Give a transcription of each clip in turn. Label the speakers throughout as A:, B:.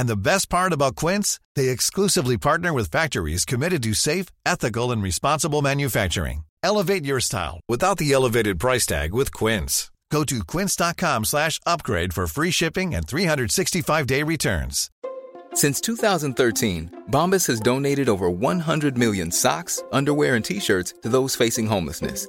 A: And the best part about Quince, they exclusively partner with factories committed to safe, ethical, and responsible manufacturing. Elevate your style without the elevated price tag with Quince. Go to quince.com slash upgrade for free shipping and 365-day returns.
B: Since 2013, Bombas has donated over 100 million socks, underwear, and t shirts to those facing homelessness.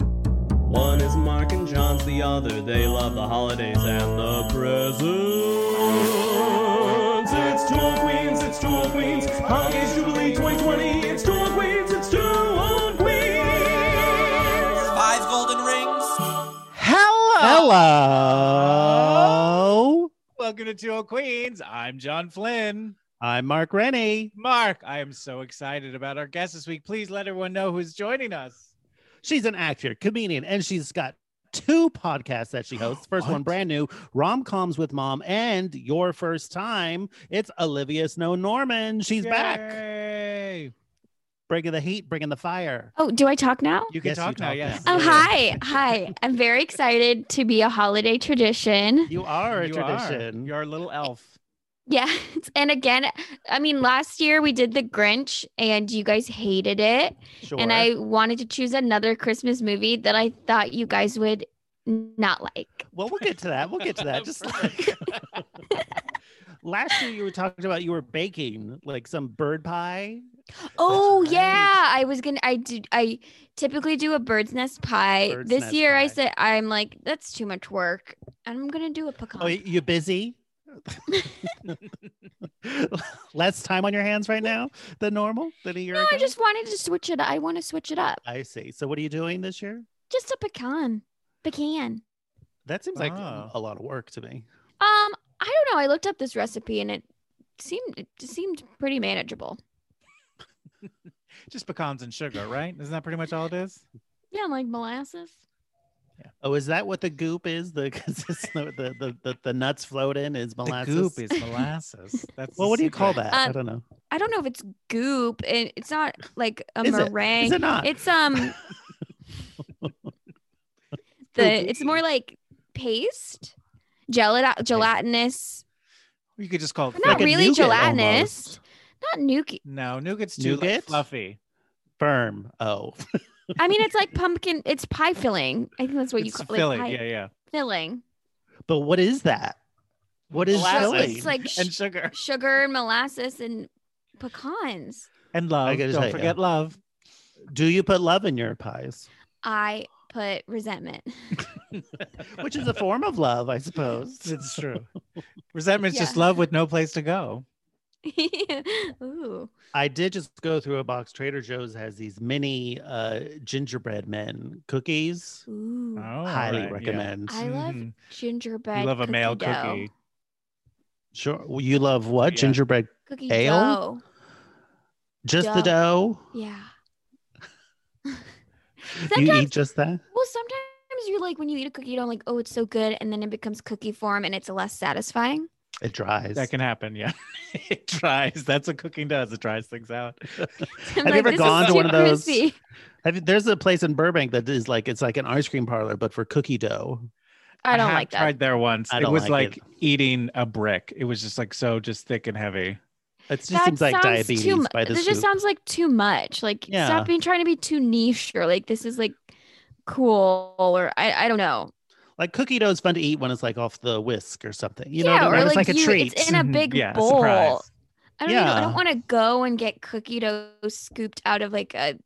C: One is Mark and John's, the other they love the holidays and the presents. It's Tool Queens, it's Tool Queens, Holidays Jubilee 2020. It's Tool Queens, it's Tool Queens.
D: Five golden rings.
E: Hello.
F: Welcome to Two Queens. I'm John Flynn.
E: I'm Mark Rennie.
F: Mark, I am so excited about our guest this week. Please let everyone know who's joining us.
E: She's an actor, comedian, and she's got two podcasts that she hosts. First one brand new, Rom Coms with Mom, and Your First Time. It's Olivia Snow Norman. She's back.
F: Yay.
E: Bringing the heat, bringing the fire.
G: Oh, do I talk now?
F: You can
E: Yes, you
F: talk now.
E: talk
F: Yes.
E: now.
G: Oh, hi. Hi. I'm very excited to be a holiday tradition.
E: You are a
F: You are.
E: tradition.
F: You're a little elf.
G: Yes. And again, I mean, last year we did The Grinch and you guys hated it.
E: Sure.
G: And I wanted to choose another Christmas movie that I thought you guys would not like.
E: well, we'll get to that. We'll get to that. Just like last year, you were talking about you were baking like some bird pie.
G: Oh,
E: right.
G: yeah. I was going to, I do, I typically do a bird's nest pie.
E: Bird's
G: this
E: nest
G: year I
E: pie.
G: said, I'm like, that's too much work. I'm going to do a pecan.
E: Oh, y- you busy? Less time on your hands right now than normal than a year
G: no,
E: ago.
G: I just wanted to switch it. I want to switch it up.
E: I see. So what are you doing this year?
G: Just a pecan. Pecan.
E: That seems like
F: Oh.
E: a lot of work to me.
G: Um, I don't know. I looked up this recipe and it seemed it just seemed pretty manageable.
F: Just pecans and sugar, right? Isn't that pretty much all it is?
G: Yeah, like molasses.
E: Oh, is that what the goop is? The cause it's the, the, the, the the nuts float in is molasses.
F: The goop is molasses. That's
E: well,
F: the
E: what do you call
F: secret.
E: that? I
G: Um,
E: don't know.
G: I don't know if it's goop and it's not like a
E: Is it? Is
G: meringue.
E: it not?
G: It's um the it's more like paste, gelat- gelatinous,
F: You could just call it.
G: but not
E: a
F: fig-
G: really
E: nougat
G: gelatinous, not nuke.
F: no, nougat's too like,
E: Nougat?
F: fluffy.
E: firm. Oh,
G: I mean, it's like pumpkin. It's pie filling. I think that's what
F: it's
G: you call
F: filling.
G: Like pie
F: yeah, yeah.
G: filling.
E: but what is that? What is
F: Molasses.
G: So
E: filling?
G: it's like sh-
F: And sugar.
G: sugar and molasses and pecans.
F: And love.
E: gotta
F: Don't
E: say, yeah.
F: forget love.
E: do you put love in your pies?
G: I put resentment.
E: Which is a form of love, I suppose.
F: It's true. Resentment's just
G: Yeah.
F: love with no place to go.
G: Ooh.
E: I did just go through a box. Trader Joe's has these mini uh, gingerbread men cookies.
G: Ooh.
F: Oh,
E: Highly
F: right, yeah.
E: recommend.
G: Mm. I love
F: Mhm.
G: gingerbread.
F: You love a male
G: dough.
F: cookie.
E: Sure. Well, You love what?
F: Oh, Yeah.
E: Gingerbread?
G: Cookie
E: Ale?
G: dough.
E: Just the dough?
G: Yeah.
E: You
G: Sometimes-
E: eat just that?
G: Well, sometimes you're like when you eat a cookie, you don't like, oh, it's so good, and then it becomes cookie form, and it's less satisfying.
E: It dries.
F: That can happen. Yeah. it tries. That's what cooking does. It tries things out.
G: I'm
E: Have you ever
G: "This is
E: gone to
G: too
E: one of those-
G: crispy."
E: Have you- there's a place in Burbank that is like it's like an ice cream parlor, but for cookie dough.
G: I don't
F: have
G: like that.
F: tried there once.
E: I
F: It
E: don't
F: was
E: like
F: like,
E: it.
F: eating a brick. It was just like so just thick and heavy.
E: It just seems like
G: sounds
E: diabetes
G: Too, mu-
E: by the
G: this just
E: soup.
G: sounds like too much. Like
E: Yeah.
G: stop being trying to be too niche or like this is like cool or I, I don't know.
E: Like cookie dough is fun to eat when it's like off the whisk or something. You know,
G: yeah,
E: what I
G: or
E: mean?
F: it's
G: like,
F: like a
G: you,
F: treat.
G: it's in a
F: Mhm.
G: big
F: Yeah,
G: bowl.
F: surprise.
G: I don't even- I
E: Mm-hmm. Yeah.
G: don't want to go and get cookie dough scooped out of like a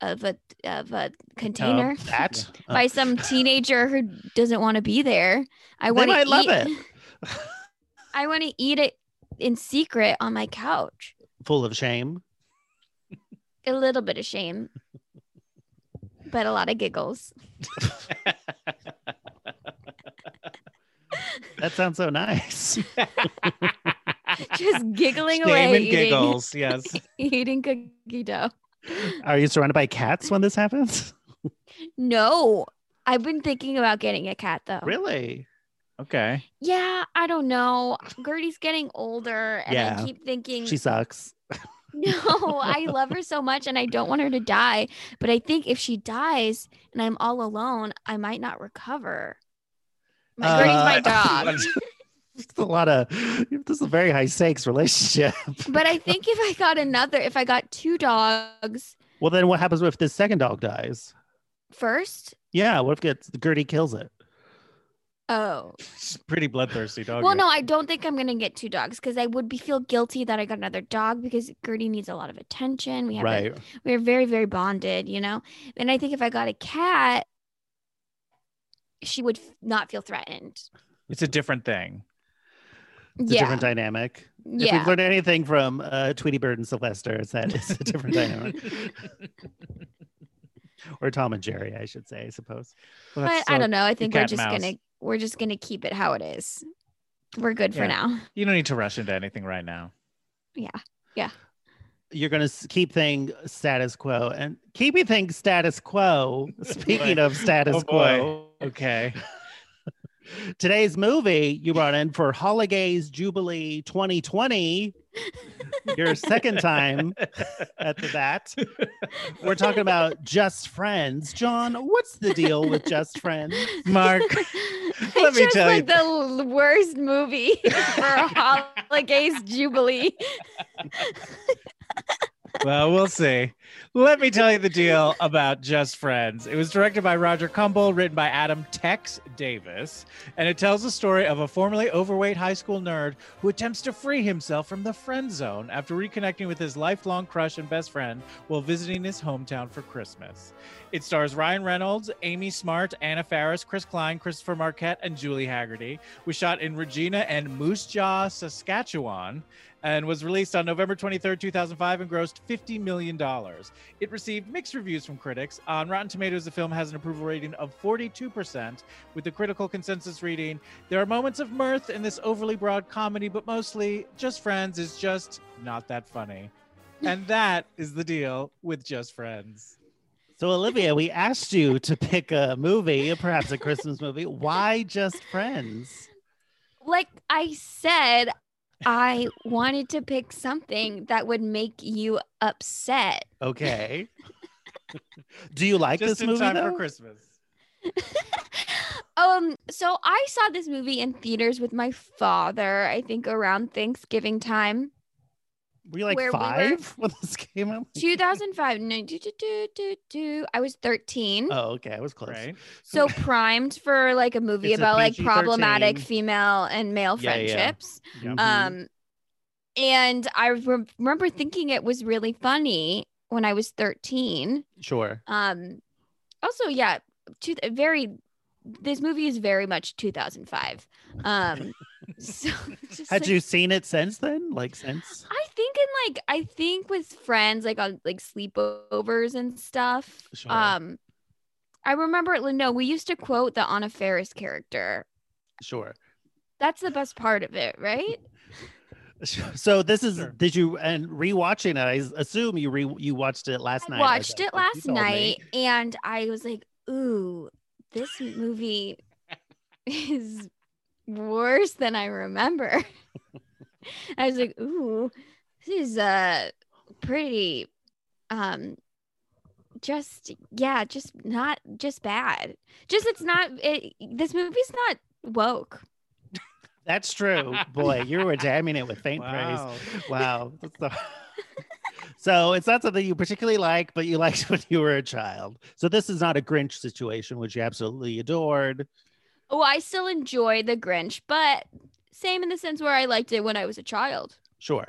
G: of a of
E: Oh,
G: a container
E: Uh, that Uh,
G: by some teenager who doesn't want to be there. I
E: they
G: want to
E: might love
G: eat,
E: it.
G: I want to eat it in secret on my couch.
E: Full of shame.
G: A little bit of shame, but a lot of giggles.
E: That sounds so nice.
G: Just giggling
F: Shame
G: away,
F: and
G: eating-
F: giggles. Yes.
G: eating cookie dough.
E: Are you surrounded by cats when this happens?
G: No, I've been thinking about getting a cat though.
E: Really?
F: Okay.
G: Yeah, I don't know. Gertie's getting older, and
E: Yeah.
G: I keep thinking,
E: She sucks.
G: no, I love her so much, and I don't want her to die. But I think if she dies and I'm all alone, I might not recover. My
E: Uh,
G: Gertie's my dog.
E: It's a lot of this is a very high stakes relationship.
G: but I think if I got another, if I got two dogs
E: Well, then what happens if this second dog dies?
G: first,
E: Yeah, what if gets Gertie kills it?
G: oh,
F: She's a pretty bloodthirsty dog.
G: well, no, I don't think I'm gonna get two dogs because I would be feel guilty that I got another dog because Gertie needs a lot of attention. We have a
E: right.
G: we are very very bonded you know and i think if i got a cat she would f- not feel threatened
F: It's a different thing.
E: It's a
G: yeah
E: different dynamic. If
G: yeah
E: we've learned anything from uh, Tweety Bird and Sylvester, it's that it's a different dynamic. or Tom and Jerry, I should say, I suppose.
F: Well,
G: but
F: that's
G: i
F: so-
G: don't know i think we're
F: cat and
G: just
F: mouse.
G: gonna we're just gonna keep it how it is we're good for
F: Yeah.
G: now
F: You don't need to rush into anything right now.
E: You're going to keep things status quo. And keeping things status quo, speaking of status
F: Oh, boy.
E: quo,
F: Okay.
E: today's movie you brought in for Holidays Jubilee 2020, your second time at the bat. We're talking about Just Friends. John, what's the deal with Just Friends?
F: Mark,
G: It's
F: let me
G: just
F: tell you-
G: like the l- worst movie for holidays jubilee
F: well, we'll see. Let me tell you the deal about Just Friends. It was directed by Roger Cumble, written by Adam Tex Davis, and it tells the story of a formerly overweight high school nerd who attempts to free himself from the friend zone after reconnecting with his lifelong crush and best friend while visiting his hometown for Christmas. It stars Ryan Reynolds, Amy Smart, Anna Faris, Chris Klein, Christopher Marquette, and Julie Haggerty. Was shot in Regina and Moose Jaw, Saskatchewan and was released on November 23rd, 2005, and grossed $50 million. It received mixed reviews from critics. On Rotten Tomatoes, the film has an approval rating of 42%, with the critical consensus reading There are moments of mirth in this overly broad comedy, but mostly Just Friends is just not that funny. And that is the deal with Just Friends.
E: So, Olivia, we asked you to pick a movie, perhaps a Christmas movie. Why Just Friends?
G: like I said, I wanted to pick something that would make you upset.
E: Okay. Do you like
F: just
E: this
F: in
E: movie?
F: time
E: though?
F: for Christmas.
G: Um, so I saw this movie in theaters with my father, I think around Thanksgiving time.
E: Were you like
G: where we were- Mm-hmm.
E: five when this came out?
G: 2005. No, do, do, do, do, do. I was 13.
E: Oh, okay. I was close.
F: Right?
G: so primed for like a movie
E: It's a
G: about like
E: PG-13.
G: problematic female and male
E: Yeah, yeah.
G: friendships.
E: Mhm.
G: Um, and I rem- remember thinking it was really funny when I was 13.
E: sure.
G: Um, also, yeah, two, very. This movie is very much 2005. Um, so just
E: Had
G: like-
E: you seen it since then? Like since?
G: I think in like I think with friends like on like sleepovers and stuff.
E: Sure.
G: Um, I remember no, we used to quote the Anna Faris character.
E: Sure.
G: That's the best part of it, right?
E: So this is
F: Sure.
E: did you and rewatching it? I s- assume you re you watched it last
G: I
E: night.
G: watched
E: guess, like
G: it
E: you
G: last
E: told me.
G: night and I was like, ooh, this movie is worse than I remember. I was like, ooh, this is uh pretty um just yeah, just not just bad. Just it's not it, this movie's not woke.
E: That's true. Boy, you were damning it with faint
F: Wow.
E: praise. Wow. So, so it's not something you particularly like, but you liked when you were a child. So this is not a Grinch situation, which you absolutely adored.
G: Oh, I still enjoy The Grinch, but same in the sense where I liked it when I was a child.
E: Sure.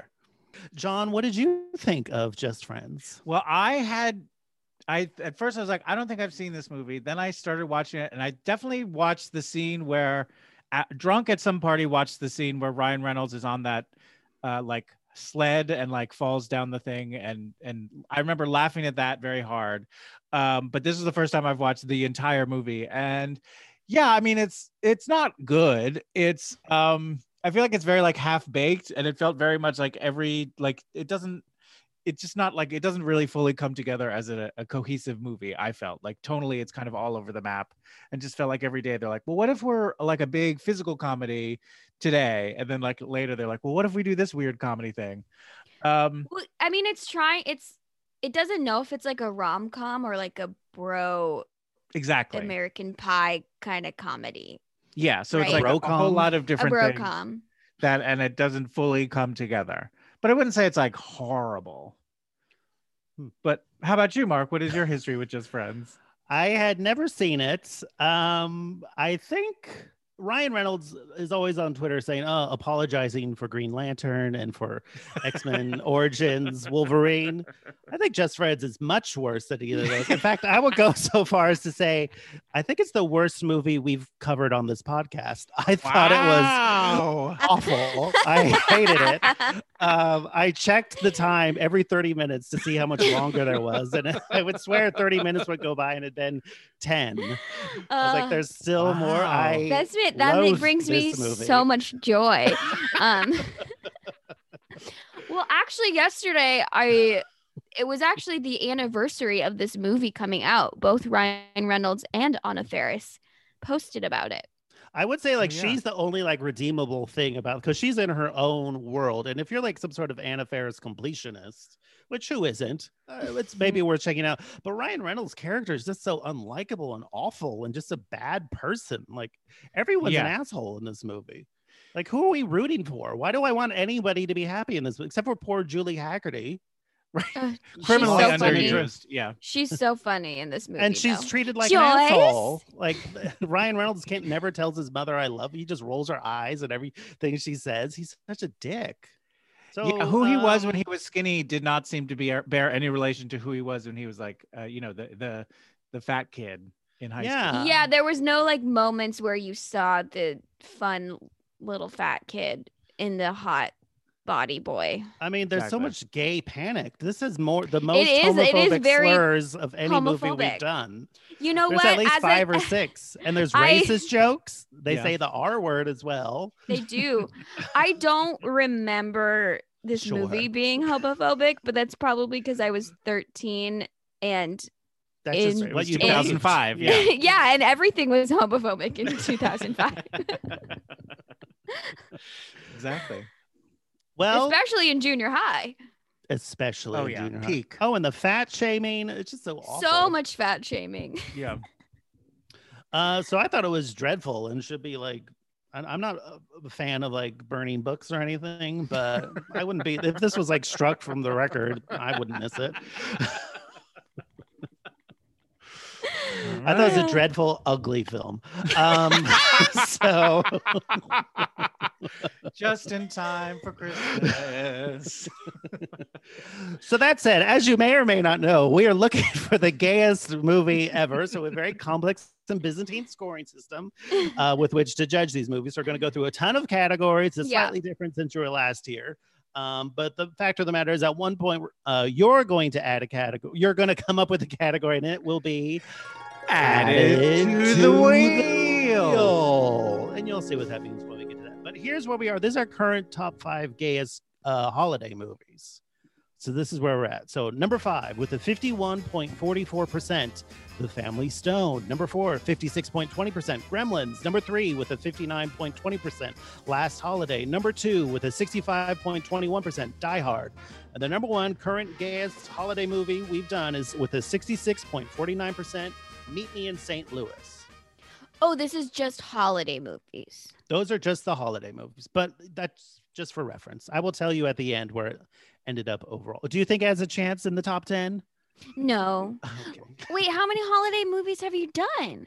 E: John, what did you think of Just Friends?
F: Well, I had I at first I was like, I don't think I've seen this movie. Then I started watching it, and I definitely watched the scene where at, drunk at some party watched the scene where Ryan Reynolds is on that uh, like sled and like falls down the thing and and I remember laughing at that very hard. Um, but this is the first time I've watched the entire movie and yeah, I mean it's it's not good. It's um I feel like it's very like half baked and it felt very much like every like it doesn't it's just not like it doesn't really fully come together as a, a cohesive movie. I felt like tonally it's kind of all over the map and just felt like every day they're like, well, what if we're like a big physical comedy today? And then like later they're like, well, what if we do this weird comedy thing? Um,
G: Well, I mean, it's trying. It's it doesn't know if it's like a rom com or like a bro
F: exactly.
G: American Pie kind of comedy,
F: yeah. So it's
G: Right.
F: like a, a whole
E: Brocom?
F: lot of different
G: a bro
F: things
G: com.
F: that, and it doesn't fully come together, but I wouldn't say it's like horrible.
E: Hmm.
F: But how about you, Mark? What is your history with just friends?
E: I had never seen it. Um, I think Ryan Reynolds is always on Twitter saying, "Oh, apologizing for Green Lantern and for X Men Origins Wolverine." I think Just Friends is much worse than either of those. In fact, I would go so far as to say, I think it's the worst movie we've covered on this podcast. I thought it was
F: Wow.
E: awful. I hated it um, I checked the time every 30 minutes to see how much longer there was. And I would swear 30 minutes would go by and it had been 10. I was like,
G: Uh,
E: there's still more.
F: Wow.
E: I
G: That's it. That
E: loathe
G: it brings me
E: this movie.
G: so much joy. Um, well, actually, yesterday I it was actually the anniversary of this movie coming out. Both Ryan Reynolds and Anna Faris posted about it.
E: I would say like
F: Oh, yeah.
E: she's the only like redeemable thing about because she's in her own world. And if you're like some sort of Anna Faris completionist, which who isn't, uh, it's maybe worth checking out. But Ryan Reynolds' character is just so unlikable and awful and just a bad person. Like everyone's an
F: Yeah.
E: asshole in this movie. Like who are we rooting for? Why do I want anybody to be happy in this except for poor Julie Haggerty?
G: Uh, She's
F: Criminally
G: so funny.
F: underused. Yeah.
G: She's so funny in this movie,
E: and she's
G: though.
E: treated like an
G: Joyce?
E: asshole. Like Ryan Reynolds can't never tells his mother "I love you." He just rolls her eyes at everything she says. He's such a dick. So
F: yeah, who he was when
E: um,
F: he was skinny did not seem to be bear any relation to who he was when he was like, uh, you know, the the the fat kid in high
E: Yeah.
F: school.
G: yeah, there was no like moments where you saw the fun little fat kid in the hot body boy.
E: I mean, there's so
F: Exactly.
E: much gay panic. This is more the most
G: is- it is
E: homophobic
G: very
E: slurs of any movie we've
G: homophobic.
E: done.
G: You know
E: there's
G: what?
E: at least
G: As
E: five
G: I-
E: or six, and there's
G: I-
E: racist jokes. They
F: Yeah.
E: say the R word as well.
G: They do. I don't remember this
E: Sure.
G: movie being homophobic, but that's probably because I was 13 and
E: That's
G: In-
E: just what you
G: in-
F: 2005,
E: believed.
G: yeah, and everything was homophobic in 2005.
F: exactly.
E: Well,
G: Especially in junior high.
E: especially
F: Oh,
E: in
F: yeah,
E: junior high.
F: peak.
E: Oh, and the fat shaming. It's just so awful.
G: So much fat shaming.
F: Yeah.
E: Uh, so I thought it was dreadful and should be like, I- I'm not a a fan of like burning books or anything, but I wouldn't be if this was like struck from the record, I wouldn't miss it. I thought it was a dreadful, ugly film. Um, so
F: Just in time for Christmas.
E: So that said, as you may or may not know, we are looking for the gayest movie ever. So a very complex and Byzantine scoring system uh, with which to judge these movies. So we're going to go through a ton of categories. It's
G: Yeah.
E: slightly different since you were last year. Um, but the fact of the matter is, at one point, uh, you're going to add a category. You're going to come up with a category, and it will be
F: Added to the wheel.
E: wheel. And you'll see what that means when we get to that. But here's where we are. This is our current top five gayest uh, holiday movies. So this is where we're at. So number five with a 51.44%, The Family Stone. Number four, 56.20%, Gremlins. Number three with a 59.20%, Last Holiday. Number two with a 65.21%, Die Hard. And the number one current gayest holiday movie we've done is with a 66.49%, Meet Me in St. Louis.
G: Oh, this is just holiday movies.
E: Those are just the holiday movies, but that's just for reference. I will tell you at the end where it ended up overall. Do you think it has a chance in the top 10?
G: No.
E: Okay.
G: Wait, how many holiday movies have you done?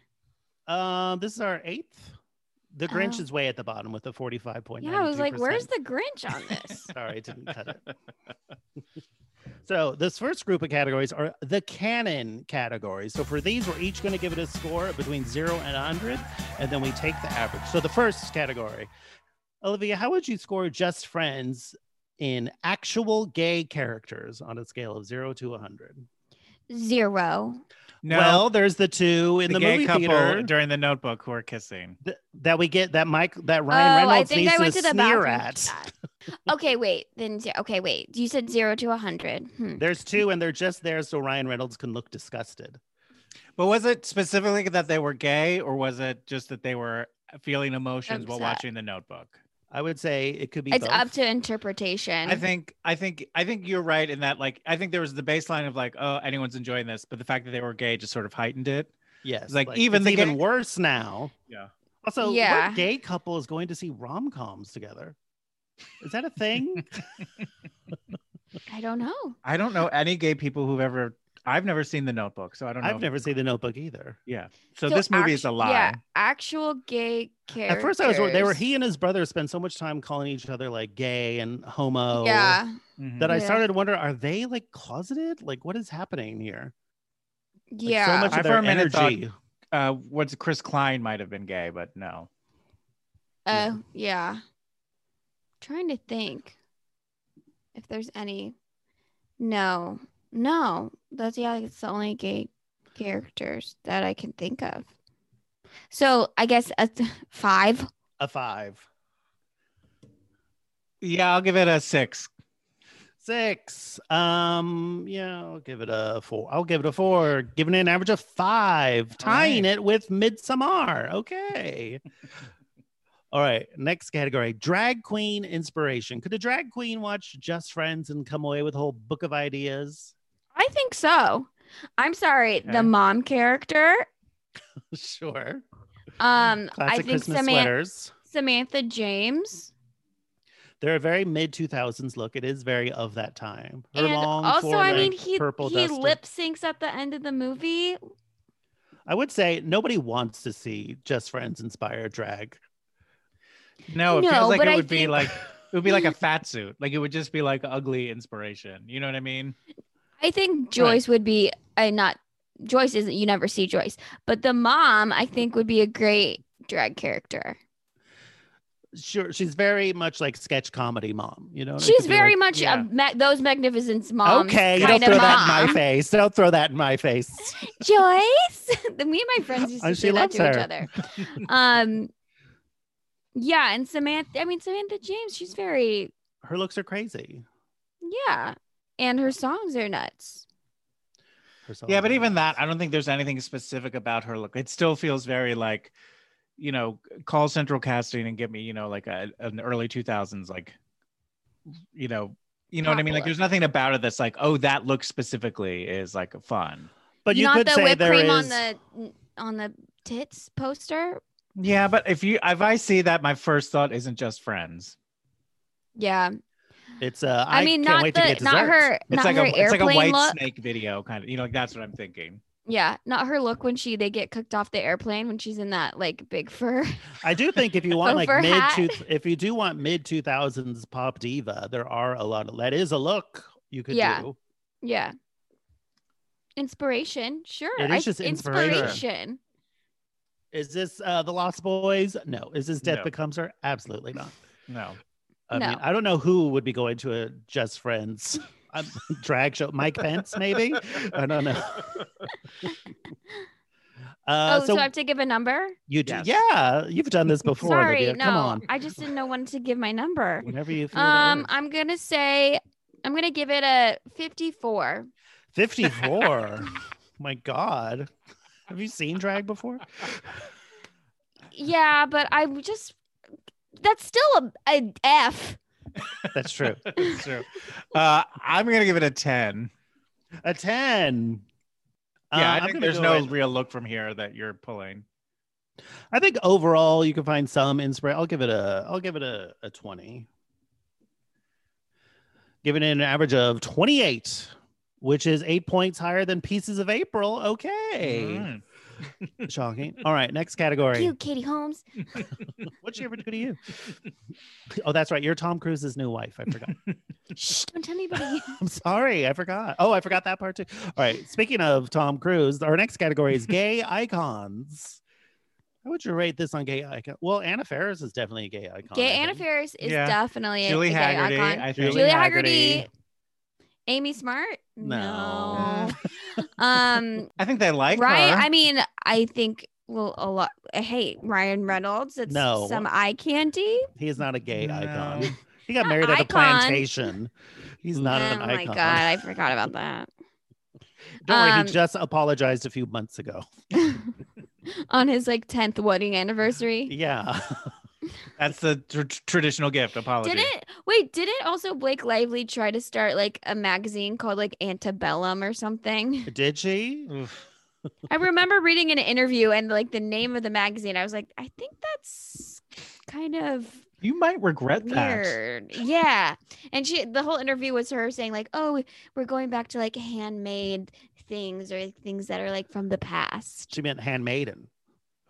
E: Um, this is our eighth. The Grinch
G: Oh.
E: is way at the bottom with a 45.9.
G: Yeah, I was like, where's the Grinch on this?
E: Sorry, I didn't cut it. so this first group of categories are the canon categories. So for these, we're each going to give it a score between zero and 100, and then we take the average. So the first category, Olivia, how would you score Just Friends in actual gay characters on a scale of zero to 100?
G: Zero.
F: No,
E: Well, there's the two in
F: the,
E: the,
F: gay
E: movie
F: couple
E: theater.
F: during the Notebook who are kissing.
E: th- that we get that Mike that Ryan
G: oh, I
E: Reynolds
G: think
E: needs
G: I went
E: to,
G: to, the
E: sneer
G: bathroom.
E: at.
G: for that. okay, wait. Then ze- okay, wait. You said zero to a hundred. Hmm.
E: There's two, and they're just there so Ryan Reynolds can look disgusted.
F: But was it specifically that they were gay, or was it just that they were feeling emotions while
G: Upset.
F: watching the Notebook?
E: I would say it could be.
G: It's
E: both.
G: up to interpretation.
F: I think I think I think you're right in that like I think there was the baseline of like oh anyone's enjoying this, but the fact that they were gay just sort of heightened it.
E: yes,
F: like, even
E: it's
F: the
E: even
F: gay-
E: worse now.
F: Yeah.
E: Also,
G: Yeah.
E: what gay couple is going to see rom coms together? Is that a thing?
G: I don't know.
F: I don't know any gay people who've ever. I've never seen the Notebook, so I don't know.
E: I've never seen The Notebook either.
F: Yeah. So, this movie is a
G: actu-
F: lie.
G: Yeah, actual gay characters.
E: At first, I was worried- they were he and his brother spend so much time calling each other like gay and homo.
G: Yeah,
F: Mhm.
E: That I
G: Yeah.
E: started to wonder: Are they like closeted? Like, what is happening here? Like,
G: yeah.
E: so much
F: I
E: of
F: for
E: their
F: a minute thought-
E: energy.
F: uh, what's Chris Klein might have been gay, but no.
G: Uh, yeah. Trying to think if there's any. No, no. That's yeah. It's the only gay characters that I can think of. So I guess a th- five.
E: a five.
F: Yeah, I'll give it a six.
E: Six. Um, yeah, I'll give it a four. I'll give it a four, giving it an average of five, tying it with Midsommar. Okay. All right, next category drag queen inspiration. Could a drag queen watch Just Friends and come away with a whole book of ideas?
G: I think so. I'm sorry.
F: Okay.
G: The mom character.
E: sure.
G: Um, I
E: Classic
G: think
E: Christmas
G: Samantha,
E: sweaters.
G: Samantha James.
E: They're a very mid 2000s look. It is very of that time. Her
G: and
E: long,
G: also, I mean,
E: four-legged
G: he
E: purple
G: he
E: duster.
G: lip syncs at the end of the movie.
E: I would say nobody wants to see Just Friends inspired drag.
F: No, it
G: No,
F: feels like
G: but
F: it
G: I
F: would be
G: think-
F: like it would be like a fat suit. Like it would just be like ugly inspiration. You know what I mean?
G: I think Joyce would be I not Joyce isn't you never see Joyce, but the mom I think would be a great drag character.
E: sure she's very much like sketch comedy mom you know It
G: She's
E: could be
G: very
E: like,
G: much
F: yeah.
G: a ma- those magnificent moms.
E: okay you don't
G: kind
E: throw
G: of
E: that in my
G: mom.
E: face don't throw that in my face
G: Joyce. Me and my friends used
E: Oh,
G: to
E: she
G: say that
E: loves
G: to each
E: her.
G: other. Um, yeah, and Samantha. I mean Samantha James. She's very
E: her looks are crazy
G: yeah, and her songs are nuts.
E: Her song
F: yeah, but
E: is
F: even
E: nuts.
F: that, I don't think there's anything specific about her look. It still feels very like, you know, call Central Casting and give me, you know, like a, an early 2000s, like, you know, you know what I mean? Like,
G: Popular.
F: there's nothing about it that's like, oh, that look specifically is like fun.
E: but you
G: Not
E: could
G: the
E: say
G: whipped
E: there
G: cream
E: is
G: on the on the tits poster.
F: Yeah, but if you if I see that, my first thought isn't just friends.
G: Yeah,
E: it's uh
G: I, mean
E: can't
G: not
E: wait
G: the
E: to get
G: not
E: dessert.
G: her
F: It's
G: not
F: like
G: her
F: a it's like
G: airplane
F: a white
G: look.
F: snake video kind of. You know, like that's what I'm thinking.
G: Yeah, not her look when she they get cooked off the airplane when she's in that like big fur.
E: i do think if you want like
G: Over
E: mid
G: hat.
E: two if you do want mid 2000s pop diva there are a lot of that is a look you could
G: Yeah.
E: do
G: yeah. Inspiration, sure.
E: It is just inspiration.
G: inspiration.
E: is this uh the lost boys no is this death
F: No.
E: becomes her absolutely not
F: No.
E: I mean,
G: No.
E: I don't know who would be going to a Just Friends um, drag show. Mike Pence, maybe. I don't know. uh,
G: oh, so,
E: so
G: I have to give a number.
E: you do,
F: Yes.
E: yeah, you've done this before.
G: Sorry,
E: Olivia.
G: no,
E: Come on.
G: I just didn't know when to give my number.
E: Whenever you feel
G: Um,
E: um,
G: I'm gonna say I'm gonna give it a 54.
E: 54. My God. Have you seen drag before?
G: Yeah, but I w- just that's still a, a F.
E: That's true.
F: That's true. Uh, I'm gonna give it a ten. Uh,
E: A 10.
F: Yeah,
E: Uh,
F: I
E: I'm
F: think
E: gonna
F: there's
E: go
F: no
E: with-
F: real look from here that you're pulling.
E: I think overall you can find some inspiration. I'll give it a I'll give it a, a 20. Giving it an average of 28, which is eight points higher than Pieces of April. Okay.
F: Mm.
E: Shocking. All right, next category.
G: Cute Katie Holmes.
E: What'd she ever do to you? oh, that's right. You're Tom Cruise's new wife. I forgot.
G: Shh, don't tell anybody.
E: I'm sorry, I forgot. Oh, I forgot that part too. All right. Speaking of Tom Cruise, our next category is gay icons. How would you rate this on gay icon? Well, Anna Faris is definitely a gay icon.
G: Gay
E: I
G: Anna
E: think.
G: Faris is
F: Yeah.
G: definitely a-
F: Julie
G: a gay
F: Haggerty,
G: icon.
F: I think.
G: Julie
E: Julie
G: Haggerty.
E: Haggerty.
G: Amy Smart?
E: No.
G: No. um
F: I think they like
G: Ryan,
F: her.
G: I mean, I think well a lot hey, Ryan Reynolds, it's
E: No.
G: some eye candy.
E: He is not a gay icon.
F: No.
E: He got
G: Not
E: married at a
G: icon.
E: plantation. He's not
G: oh
E: an
G: my
E: icon.
G: god, I forgot about that.
E: Don't worry,
G: Um,
E: he just apologized a few months ago.
G: On his like 10th wedding anniversary.
E: Yeah.
F: That's the tr- tr- traditional gift. Apology.
G: Did it wait, did it also Blake Lively try to start like a magazine called like Antebellum or something?
E: Did she?
F: Oof.
G: I remember reading an interview and like the name of the magazine. I was like, I think that's kind of
F: You might regret that.
G: weird. Yeah. And she the whole interview was her saying, like, oh, we're going back to like handmade things or things that are like from the past.
E: She meant handmaiden.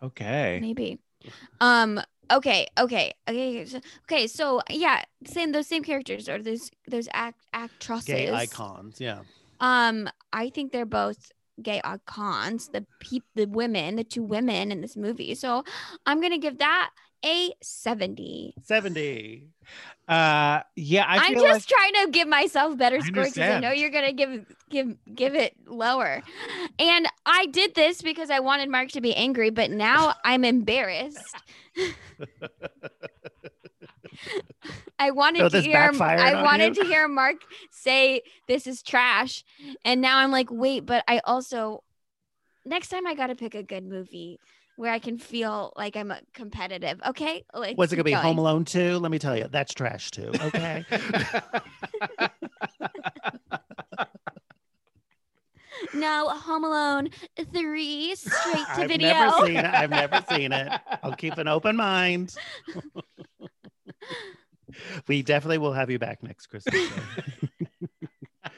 F: Okay.
G: Maybe. Um, okay, okay, okay, so- okay. So yeah, same those same characters or those those act actresses.
E: Gay icons. Yeah.
G: Um, I think they're both gay icons, the peop the women, the two women in this movie. So I'm gonna give that a 70.
E: 70.
F: Uh, yeah, I
G: I am
F: feel like
G: just trying to give myself better
F: I
G: scores because I know
F: understand.
G: you're gonna give give give it lower. And I did this because I wanted Mark to be angry, but now I'm embarrassed. I wanted
E: So
G: to
E: this
G: hear
E: backfired on
G: I
E: you?
G: wanted to hear Mark say this is trash. And now I'm like, wait, but I also next time I gotta pick a good movie where I can feel like I'm a competitive. Okay. Like
E: What's it gonna
G: keep
E: be?
G: going.
E: Home Alone 2? Let me tell you, that's trash too. Okay.
G: No, Home Alone three straight to
E: I've
G: video.
E: never seen it. I've never seen it. I'll keep an open mind. we definitely will have you back next Christmas. though.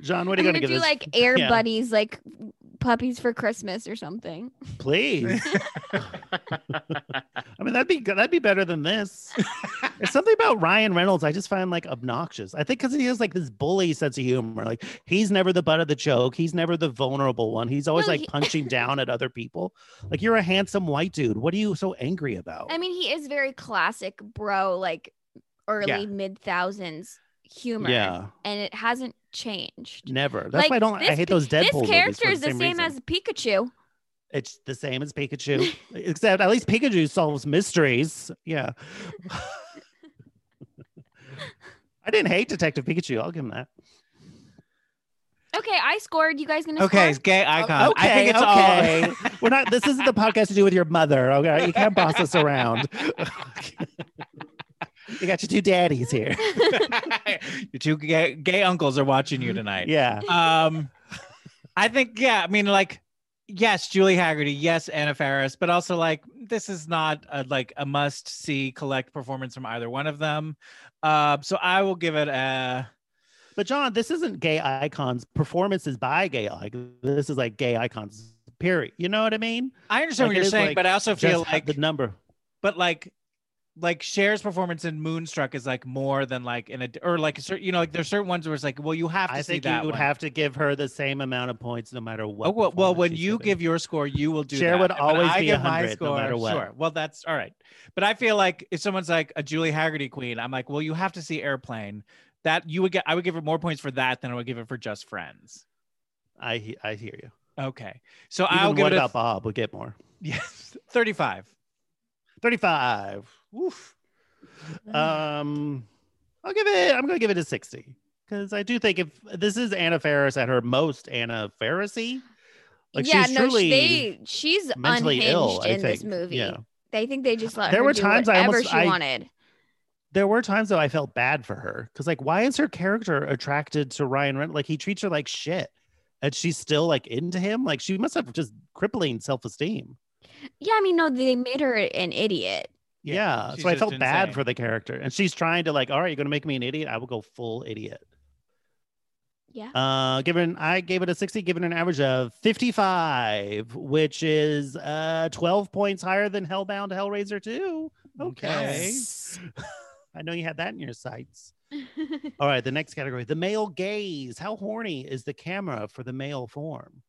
E: John, what are
G: I'm
E: you gonna,
G: gonna
E: give
G: do
E: this?
G: like Air
E: Yeah.
G: Buddies, like puppies for Christmas or something.
E: Please. I mean, that'd be good. That'd be better than this. There's something about Ryan Reynolds I just find like obnoxious. I think because he has like this bully sense of humor. Like he's never the butt of the joke. He's never the vulnerable one. He's always
G: No,
E: like
G: he-
E: punching down at other people. Like you're a handsome white dude. What are you so angry about?
G: I mean, he is very classic bro, like early mid thousands humor.
E: yeah,
G: And it hasn't changed.
E: never. That's
G: Like,
E: why I don't. I
G: this
E: hate
G: pi-
E: those Deadpool
G: This
E: movies
G: character
E: for
G: is the same,
E: reason.
G: as Pikachu.
E: it's the same as Pikachu, except at least Pikachu solves mysteries. Yeah. I didn't hate Detective Pikachu. I'll give him that.
G: Okay, I scored. You guys gonna
F: okay, it's
G: score?
F: gay icon. I think it's all.
E: okay. We're not. This isn't the podcast to do with your mother. Okay, you can't boss us around. you got your two daddies here.
F: Your two gay, gay uncles are watching you tonight.
E: Yeah,
F: Um, I think yeah. I mean, like, yes, Julie Haggerty, yes, Anna Faris, but also like, this is not a, like a must-see collect performance from either one of them. Uh, so I will give it a.
E: but John, this isn't gay icons performances by gay icons. This is like gay icons. Period. You know what I mean?
F: I understand
E: Like,
F: what
E: it
F: you're
E: is,
F: saying,
E: like,
F: but I also feel
E: Just
F: like
E: the number.
F: but like like Cher's performance in Moonstruck is like more than like in a or like a certain you know like there's certain ones where it's like well you have to
E: I
F: see
E: think you
F: that
E: would
F: one.
E: have to give her the same amount of points no matter what.
F: oh, well, well
E: performance
F: when
E: she's
F: you
E: giving.
F: give your score you will do
E: Cher
F: that.
E: would
F: And
E: always
F: when I
E: be
F: give my
E: 100 no
F: score
E: matter what.
F: sure well that's all right but I feel like if someone's like a Julie Haggerty queen I'm like well you have to see Airplane that you would get I would give her more points for that than I would give it for Just Friends
E: I he- I hear you.
F: okay so
E: Even
F: I'll give
E: what
F: it
E: about
F: a,
E: Bob? We'll get more.
F: yes 35
E: 35. Woof. Um, I'll give it. I'm gonna give it a 60 because I do think if this is Anna Faris at her most Anna Farisy, like
G: yeah,
E: she's
G: no, sh-
E: truly
G: they she's
E: mentally
G: unhinged
E: ill. I
G: in this
E: think.
G: movie.
E: Yeah.
G: They think they just let
E: There
G: her
E: were
G: do
E: times I
G: whatever
E: almost-
G: she
E: I-
G: wanted.
E: There were times though I felt bad for her because like why is her character attracted to Ryan Reynolds? Like he treats her like shit, and she's still like into him. Like she must have just crippling self esteem.
G: Yeah, I mean, no, they made her an idiot.
E: Yeah.
F: she's
E: so I
F: just
E: felt bad
F: insane.
E: for the character. And she's trying to like, all right, you're gonna make me an idiot. I will go full idiot.
G: Yeah.
E: Uh given I gave it a 60, given an average of 55, which is uh 12 points higher than Hellbound Hellraiser 2. Okay. I know you had that in your sights. All right, the next category, the male gaze. How horny is the camera for the male form?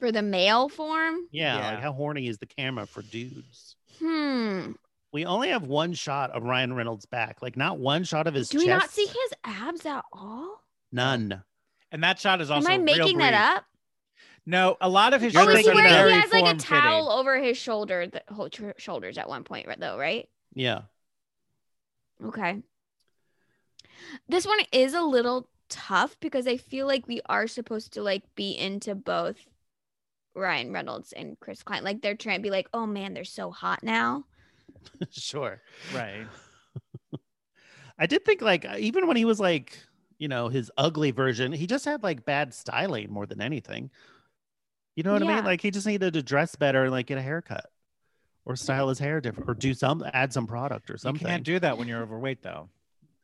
G: For the male form?
E: Yeah,
F: Yeah.
E: like how horny is the camera for dudes?
G: Hmm.
E: We only have one shot of Ryan Reynolds' back, like not one shot of his
G: Do
E: chest.
G: we not see his abs at all?
E: None.
F: And that shot is
G: Am
F: also
G: I making
F: real
G: that
F: brief.
G: up?
F: No, a lot of his
E: You're
G: oh, is he
E: thinking
G: wearing?
E: about-
G: He
F: very
G: has like a
F: form-fitting.
G: towel over his shoulder, the whole tr- shoulders at one point, right? Though, right?
E: Yeah.
G: Okay. This one is a little tough because I feel like we are supposed to like be into both Ryan Reynolds and Chris Klein. Like they're trying to be like, oh man, they're so hot now.
E: sure.
F: Right.
E: I did think like uh, even when he was like, you know, his ugly version, he just had like bad styling more than anything. You know what I
G: Yeah.
E: mean? Like he just needed to dress better and like get a haircut or style his hair different or do some add some product or
F: You
E: something.
F: can't do that when you're overweight, though.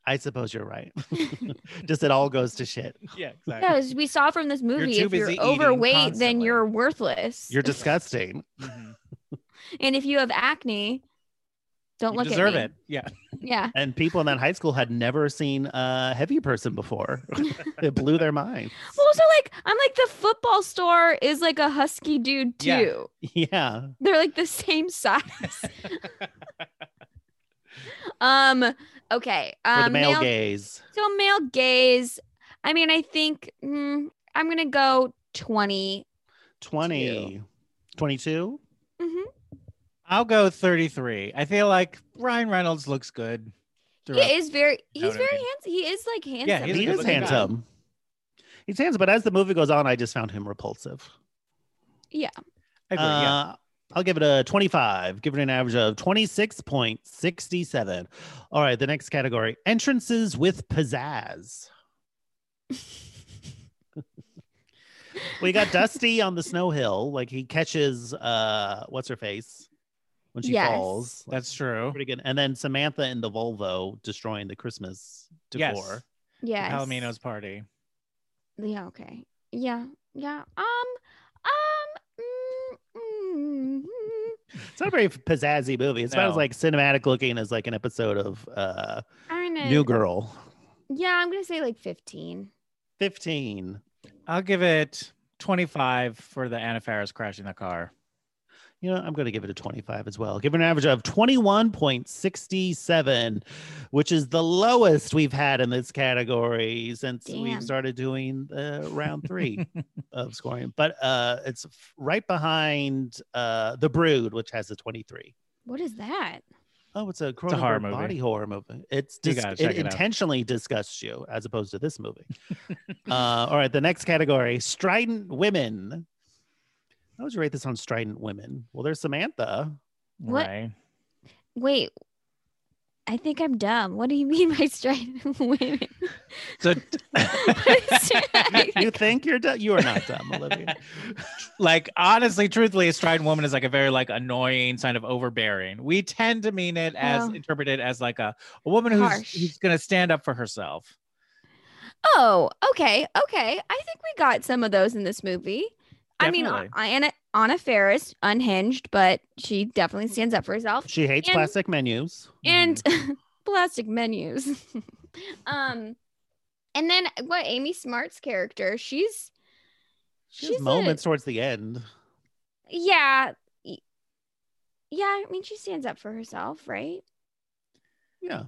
E: I suppose you're right. just it all goes to shit.
F: Yeah, exactly.
G: Yeah, as we saw from this movie,
F: too
G: if you're
F: busy eating
G: overweight, then
F: constantly.
G: you're worthless.
E: You're disgusting.
F: Mhm.
G: and if you have acne, don't
F: You
G: look
F: deserve
G: at
F: it. Yeah.
G: it. Yeah.
E: And people in that high school had never seen a heavy person before. it blew their mind.
G: Well, also like I'm like the football store is like a husky dude too.
F: Yeah.
E: Yeah.
G: They're like the same size. um. Okay.
E: For
G: Um.
E: the male, gaze.
G: So male gaze. I mean, I think mm, I'm gonna go 20
E: 20. 22?
G: Mhm.
F: I'll go 33. I feel like Ryan Reynolds looks good. throughout-
G: He is very. He's
F: what I
G: very
F: mean?
G: handsome. He is like handsome.
F: Yeah, he's
E: he
F: a
E: is
F: good-looking guy.
E: handsome. He's handsome, but as the movie goes on, I just found him repulsive.
F: I agree, yeah.
E: Uh, I'll give it a 25, give it an average of 26.67. All right, the next category entrances with pizzazz. we got Dusty on the snow hill. Like he catches, uh, what's her face when she
G: Yes.
E: falls. That's
F: That's true.
E: pretty good. And then Samantha in the Volvo destroying the Christmas decor.
F: Yes.
G: Yeah.
F: Palomino's party.
G: Yeah. Okay. Yeah. Yeah. Um. Um. mm, mm, mm.
E: It's not a very pizzazzy movie. It's about as
F: No.
E: like cinematic looking as like an episode of uh,
G: I'm
F: Eh.
G: gonna.
E: New Girl.
G: Yeah, I'm gonna say like 15.
E: 15.
F: I'll give it 25 for the Anna Faris crashing the car.
E: You know, I'm going to give it a 25 as well. Give it an average of 21.67, which is the lowest we've had in this category since
G: Damn.
E: we've started doing uh, round three of scoring. But uh, it's f- right behind uh, The Brood, which has a 23.
G: What is that?
E: Oh, it's a,
F: a horror
E: Cronenberg
F: movie.
E: body horror movie. It's
F: You
E: dis-
F: gotta check
E: it
F: it out.
E: intentionally disgusts you as opposed to this movie. uh, all right, the next category: strident women. How would you rate this on strident women? Well, there's Samantha.
G: What?
F: Right.
G: Wait, I think I'm dumb. What do you mean by strident women?
F: So,
E: You think you're dumb? You are not dumb, Olivia.
F: like, honestly, truthfully, a strident woman is like a very like annoying, kind of overbearing. We tend to mean it as
G: Oh.
F: interpreted as like a, a woman who's,
G: Harsh.
F: who's going to stand up for herself.
G: Oh, okay, okay. I think we got some of those in this movie. I mean,
F: Definitely.
G: A- Anna Anna Ferris, unhinged, but she definitely stands up for herself.
E: She hates
G: And-
E: plastic menus.
G: And
E: Mm.
G: plastic menus. um, and then what? Amy Smart's character, she's
E: She has
G: a-
E: moments towards the end.
G: yeah, y- yeah. I mean, she stands up for herself, right?
E: Yeah,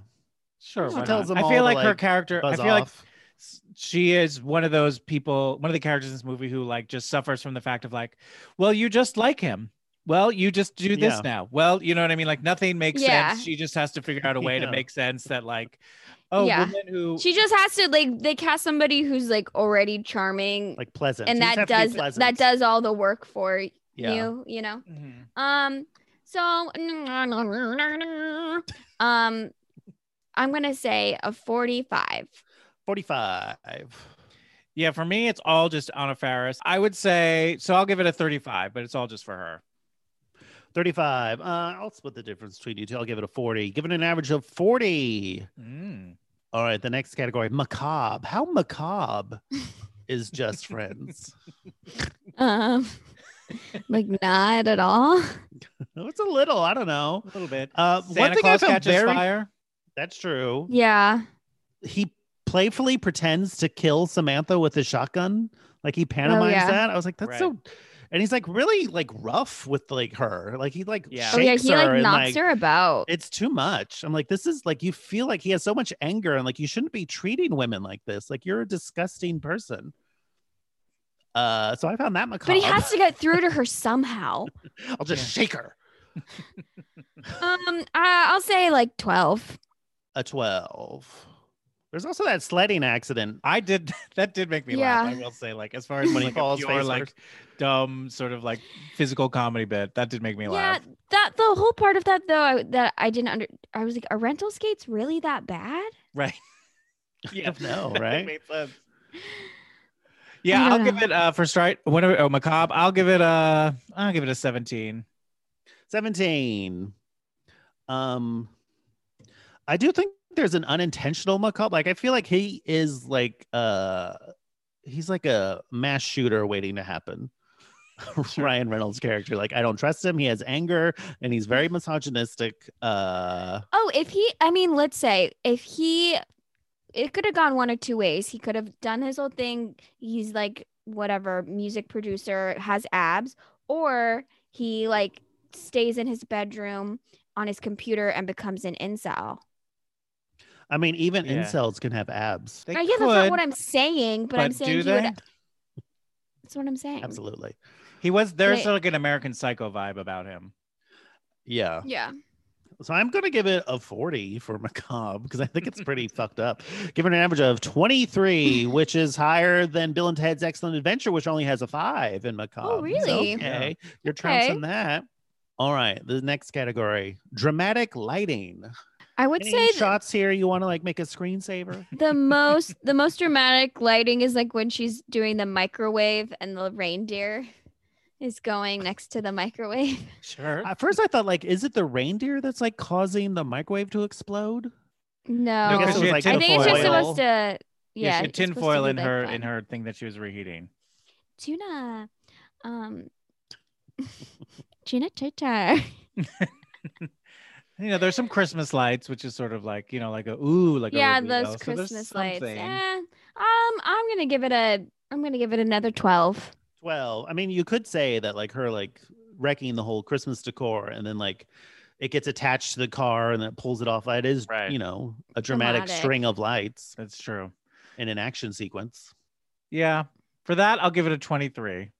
F: Sure.
E: She
F: why
E: tells
F: not?
E: them
F: I feel
E: all
F: like,
E: to,
F: her
E: like,
F: character, I
E: buzz
F: feel like
E: off.
F: s- she is one of those people, one of the characters in this movie who like just suffers from the fact of like, well, you just like him. Well, you just do this
E: Yeah.
F: now. Well, you know what I mean? Like nothing makes
G: Yeah.
F: sense. She just has to figure out a way
E: Yeah.
F: to make sense that like, oh,
G: Yeah.
F: women who
G: She just has to like they cast somebody who's like already charming
E: like pleasant.
G: and
E: You just
G: that
E: have to be
G: does that
E: pleasant.
G: does all the work for
E: Yeah.
G: you, you know.
F: Mhm.
G: Um so um I'm going to say a 45.
E: 45.
F: yeah, for me, it's all just Anna Faris. I would say so. I'll give it a 35, but it's all just for her.
E: 35. Uh, I'll split the difference between you two. I'll give it a 40. Give it an average of 40.
F: Mm.
E: All right, the next category macabre. How macabre is Just Friends?
G: Um, like not at all.
E: No, it's a little, I don't know.
F: A little bit.
E: Uh,
F: Santa
E: one thing I
F: Claus
E: found
F: catches
E: very-
F: fire.
E: That's true.
G: Yeah.
E: He playfully pretends to kill Samantha with his shotgun. Like he pantomimes
G: Oh, yeah.
E: that. I was like, that's
F: Right.
E: so. And he's like really like rough with like her. Like he like
F: Yeah.
E: yeah.
G: Oh yeah,
E: shakes
G: he like
E: her and,
G: knocks
E: like,
G: her about.
E: it's too much. I'm like, this is like you feel like he has so much anger and like you shouldn't be treating women like this. Like you're a disgusting person. Uh, so I found that macabre.
G: But he has to get through to her somehow.
E: I'll just shake her.
G: Um, I, I'll say like twelve.
E: A twelve. There's also that sledding accident.
F: I did that did make me laugh. I will say, like as far as
E: When he
F: like,
E: falls
F: a
E: face
F: pure,
E: first.
F: like dumb sort of like physical comedy bit, that did make me
G: Yeah,
F: laugh.
G: that the whole part of that though I, that I didn't under. I was like, are rental skates really that bad?
F: Right. yeah.
E: No,
F: That
E: right?
F: made sense. Yeah,
G: I
F: I'll
G: don't
F: give
G: know.
F: it uh for strike whatever oh macabre, I'll give it a I'll give it a 17.
E: Seventeen. Um, I do think there's an unintentional macabre. Like I feel like he is like uh, he's like a mass shooter waiting to happen. Ryan Reynolds' character, like I don't trust him. He has anger and he's very misogynistic. Uh,
G: Oh, if he, I mean, let's say if he, it could have gone one or two ways. He could have done his whole thing. He's like, whatever, music producer, has abs, or he like stays in his bedroom on his computer and becomes an incel.
E: I mean, even
F: Yeah.
E: incels can have abs.
F: They
G: I guess that's not
F: could,
G: what I'm saying, but, I'm
F: but
G: saying
F: do
G: he
F: they?
G: would. That's what I'm saying.
E: Absolutely.
F: He was there's
G: Wait.
F: like an American psycho vibe about him.
E: Yeah.
G: Yeah.
E: So I'm going to give it a 40 for Macabre because I think it's pretty fucked up. Give it an average of 23, which is higher than Bill and Ted's Excellent Adventure, which only has a five in Macabre. So,
G: Oh, really?
E: okay. You're
G: Okay.
E: trouncing that. All right. The next category dramatic lighting.
G: I would
E: Any
G: say th-
E: shots here you want to like make a screensaver?
G: the most the most dramatic lighting is like when she's doing the microwave and the reindeer is going next to the microwave.
F: Sure.
G: Uh,
E: At first, I thought, like, is it the reindeer that's like causing the microwave to explode?
G: No,
F: No, 'cause she had
G: I think it's just
F: tinfoil.
G: supposed to.
F: Yeah,
G: Yeah,
F: she had
G: it's supposed to
F: tinfoil
G: be
F: in
G: like
F: her
G: that.
F: in her thing that she was reheating.
G: tuna, um, tuna tartar.
F: You know, there's some Christmas lights, which is sort of like you know, like a ooh, like
G: yeah,
F: a reveal.
G: those
F: So there's
G: Christmas lights.
F: something.
G: Eh, um, I'm gonna give it a. I'm gonna give it another twelve.
E: 12 i mean you could say that like her like wrecking the whole christmas decor and then like it gets attached to the car and then it pulls it off it is
F: Right.
E: you know a dramatic
G: Dramatic.
E: string of lights
F: That's true.
E: in an action sequence
F: Yeah, for that I'll give it a 23.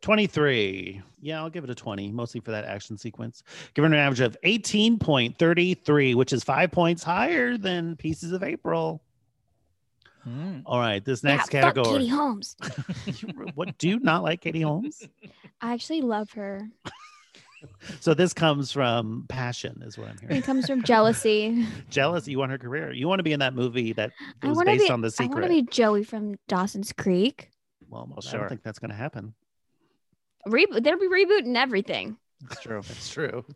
E: 23 yeah i'll give it a 20 mostly for that action sequence given an average of 18.33 which is five points higher than pieces of april
F: Mm.
E: all right this next
G: yeah, Fuck Katie
E: category
G: Holmes.
E: You- what do you not like katie holmes
G: I actually love her.
E: so this comes from passion is what i'm hearing
G: It comes from jealousy.
E: jealous. You want her career. You want to be in that movie that
G: I
E: was
G: want to
E: based
G: be.
E: on the
G: I want
E: secret.
G: to be Joey from Dawson's Creek.
E: well, I
F: sure.
E: don't think that's going to happen.
G: Reboot. They'll be rebooting everything.
F: That's true.
E: That's true.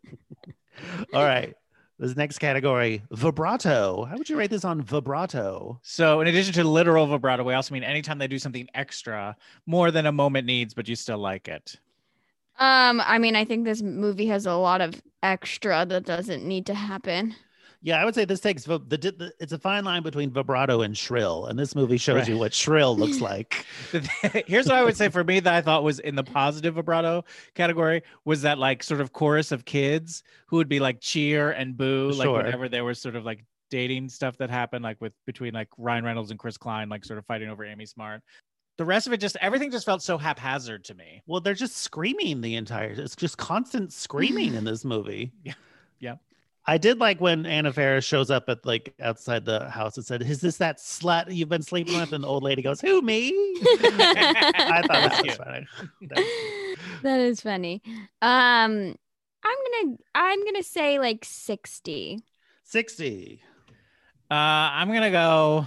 E: All right. This next category, vibrato. How would you rate this on vibrato?
F: So, in addition to literal vibrato, we also mean anytime they do something extra, more than a moment needs, but you still like it.
G: Um, I mean, I think this movie has a lot of extra that doesn't need to happen.
E: Yeah, I would say this takes vi- the, di- the it's a fine line between vibrato and shrill, and this movie shows
F: Right.
E: you what shrill looks like.
F: Here's what I would say for me that I thought was in the positive vibrato category was that like sort of chorus of kids who would be like cheer and boo, like
E: Sure.
F: whenever there was sort of like dating stuff that happened, like with between like Ryan Reynolds and Chris Klein, like sort of fighting over Amy Smart. The rest of it just everything just felt so haphazard to me.
E: well, they're just screaming the entire. It's just constant screaming in this movie.
F: Yeah. Yeah.
E: I did like when Anna Faris shows up at like outside the house and said, "Is this that slut you've been sleeping with?" And the old lady goes, "Who me?" I thought that was funny.
G: that is funny. Um, I'm gonna I'm gonna say like sixty.
E: Sixty.
F: Uh, I'm gonna go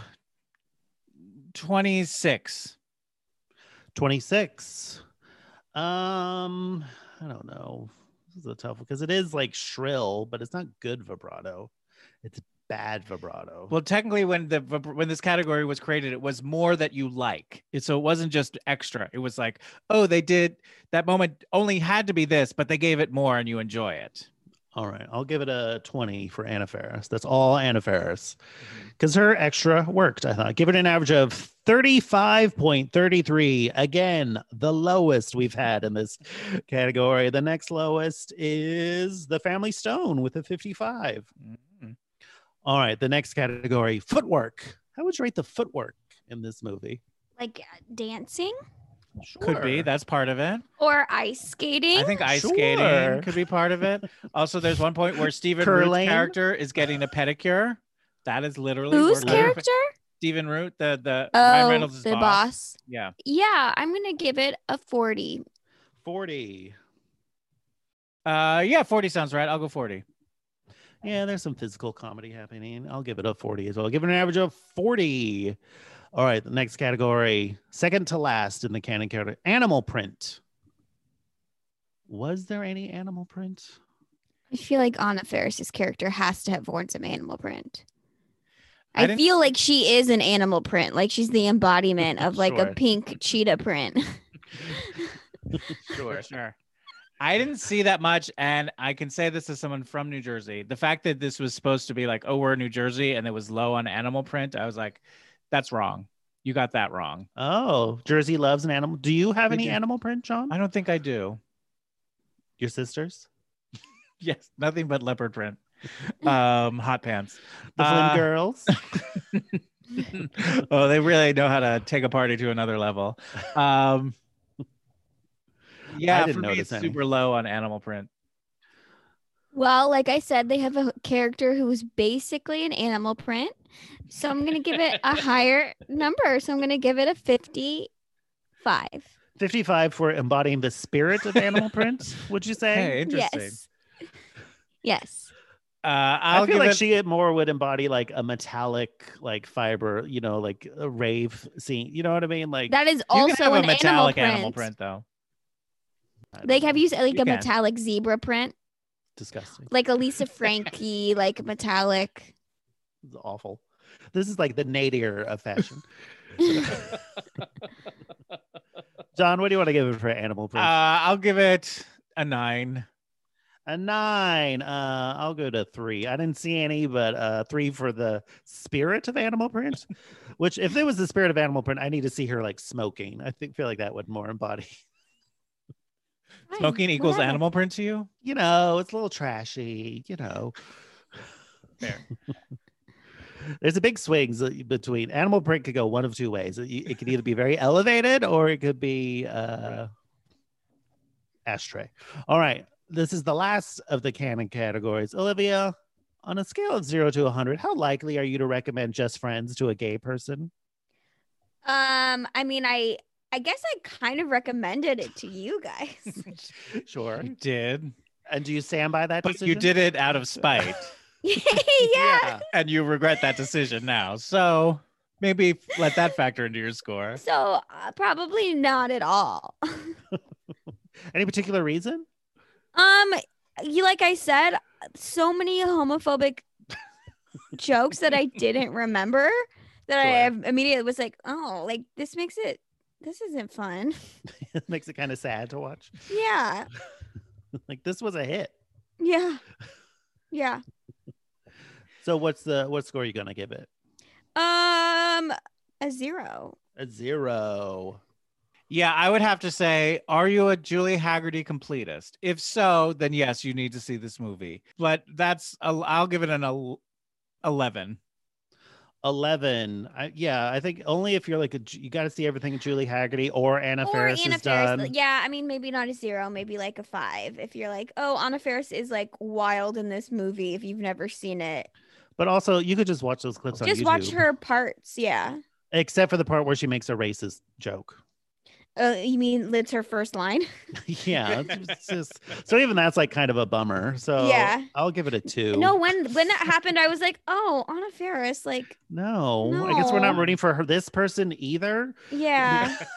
F: 26.
E: 26 um i don't know This is a tough because it is like shrill, but it's not good vibrato. It's bad vibrato.
F: Well, technically, when the when this category was created, it was more that you like. It- So it wasn't just extra. It was like, oh, they did that moment only had to be this, but they gave it more, and you enjoy it.
E: All right, I'll give it a 20 for Anna Faris. That's all Anna Faris.
F: Mm-hmm.
E: Because her extra worked, I thought. Give it an average of 35.33. Again, the lowest we've had in this category. The next lowest is The Family Stone with a 55.
F: Mhm.
E: All right, the next category footwork. How would you rate the footwork in this movie?
G: like uh, dancing
F: Could be
E: Sure.
F: that's part of it.
G: or ice skating.
F: I think ice
E: Sure.
F: skating could be part of it. Also, there's one point where Stephen Root's
E: Curling.
F: character is getting a pedicure. That is literally
G: Whose
F: word for word.
G: character?
F: Stephen Root, the the Ryan
G: Oh,
F: Reynolds'
G: the
F: boss.
G: boss.
F: Yeah.
G: Yeah, I'm gonna give it a 40.
E: 40.
F: Uh, yeah, 40 sounds right. I'll go 40.
E: Yeah, there's some physical comedy happening. I'll give it a 40 as well. Give it an average of 40. All right, the next category, second to last in the canon category, animal print. Was there any animal print?
G: I feel like Anna Faris's character has to have worn some animal print.
F: I
G: I,
F: didn't-
G: feel like she is an animal print, like she's the embodiment of like
E: Sure.
G: a pink cheetah print.
F: Sure, sure. I didn't see that much, and I can say this as someone from New Jersey. The fact that this was supposed to be like, oh, we're New Jersey, and it was low on animal print, I was like, that's wrong. You got that wrong.
E: Oh, Jersey loves an animal. Do you have
F: We
E: any
F: do.
E: animal print, John?
F: I don't think I do.
E: Your sisters?
F: Yes, nothing but leopard print. Um, hot pants.
E: The Flynn
F: Uh,
E: girls?
F: oh, they really know how to take a party to another level. Um, yeah,
E: I didn't
F: for me,
E: notice
F: it's
E: any.
F: super low on animal print.
G: well, like I said, they have a character who's basically an animal print. So I'm gonna give it a higher number. So I'm gonna give it a 55.
E: 55 for embodying the spirit of animal print, would you say?
F: Hey, interesting.
G: Yes. Yes.
F: Uh, I'll
E: I feel
F: give
E: like
F: it-
E: she more would embody like a metallic, like fiber, you know, like a rave scene. You know what I mean? Like
G: That is
F: you can
G: also
F: have
G: an
F: a metallic
G: animal print.
F: though.
G: Like, have you seen like
F: You
G: a
F: can.
G: metallic zebra print?
E: disgusting.
G: Like a Lisa Frankie, like metallic.
E: It's awful. This is like the nadir of fashion. John, what do you want to give it for animal print?
F: Uh, I'll give it a nine.
E: a nine. Uh, I'll go to three. I didn't see any, but uh, three for the spirit of animal print. which, if there was the spirit of animal print, I need to see her like smoking. I think feel like that would more embody.
G: Fine,
F: Smoking equals
G: whatever.
F: animal print to you?
E: You know, it's a little trashy. You know.
F: Fair.
E: There's a big swings uh, between animal print could go one of two ways. It, it could either be very elevated or it could be uh, ashtray. All right, this is the last of the canon categories. Olivia, on a scale of zero to 100, how likely are you to recommend Just Friends to a gay person?
G: Um, I mean, I I guess I kind of recommended it to you guys.
E: Sure.
F: You did,
E: And do you stand by that?
F: but
E: decision?
F: you did it out of spite,
G: yeah.
F: and you regret that decision now. So maybe let that factor into your score.
G: So uh, probably not at all.
E: Any particular reason?
G: Um, you like I said, so many homophobic jokes that I didn't remember that I immediately was like, oh, like this makes it this isn't fun.
E: it makes it kind of sad to watch.
G: Yeah.
E: like this was a hit.
G: Yeah. Yeah.
E: So what's the what score are you gonna give it?
G: Um a zero.
E: A zero.
F: Yeah, I would have to say, are you a Julie Haggerty completist? If so, then yes, you need to see this movie. But that's, a, I'll give it an el- 11.
E: 11 I, yeah i think only if you're like a, Ju- you got to see everything julie haggerty or anna faris
G: Anna
E: is done
G: Faris. Yeah, I mean maybe not a zero, maybe like a five. If you're like, oh, Anna Faris is like wild in this movie if you've never seen it.
E: but also you could just watch those clips on
G: Just
E: YouTube,
G: watch her parts, yeah.
E: except for the part where she makes a racist joke
G: Uh, you mean that's her first line?
E: yeah it's- it's just- so even that's like kind of a bummer so
G: Yeah.
E: i'll give it a two
G: No, when when that happened, I was like, oh, Anna Faris, like,
E: no, i guess we're not
G: No.
E: rooting for her this person either
G: yeah.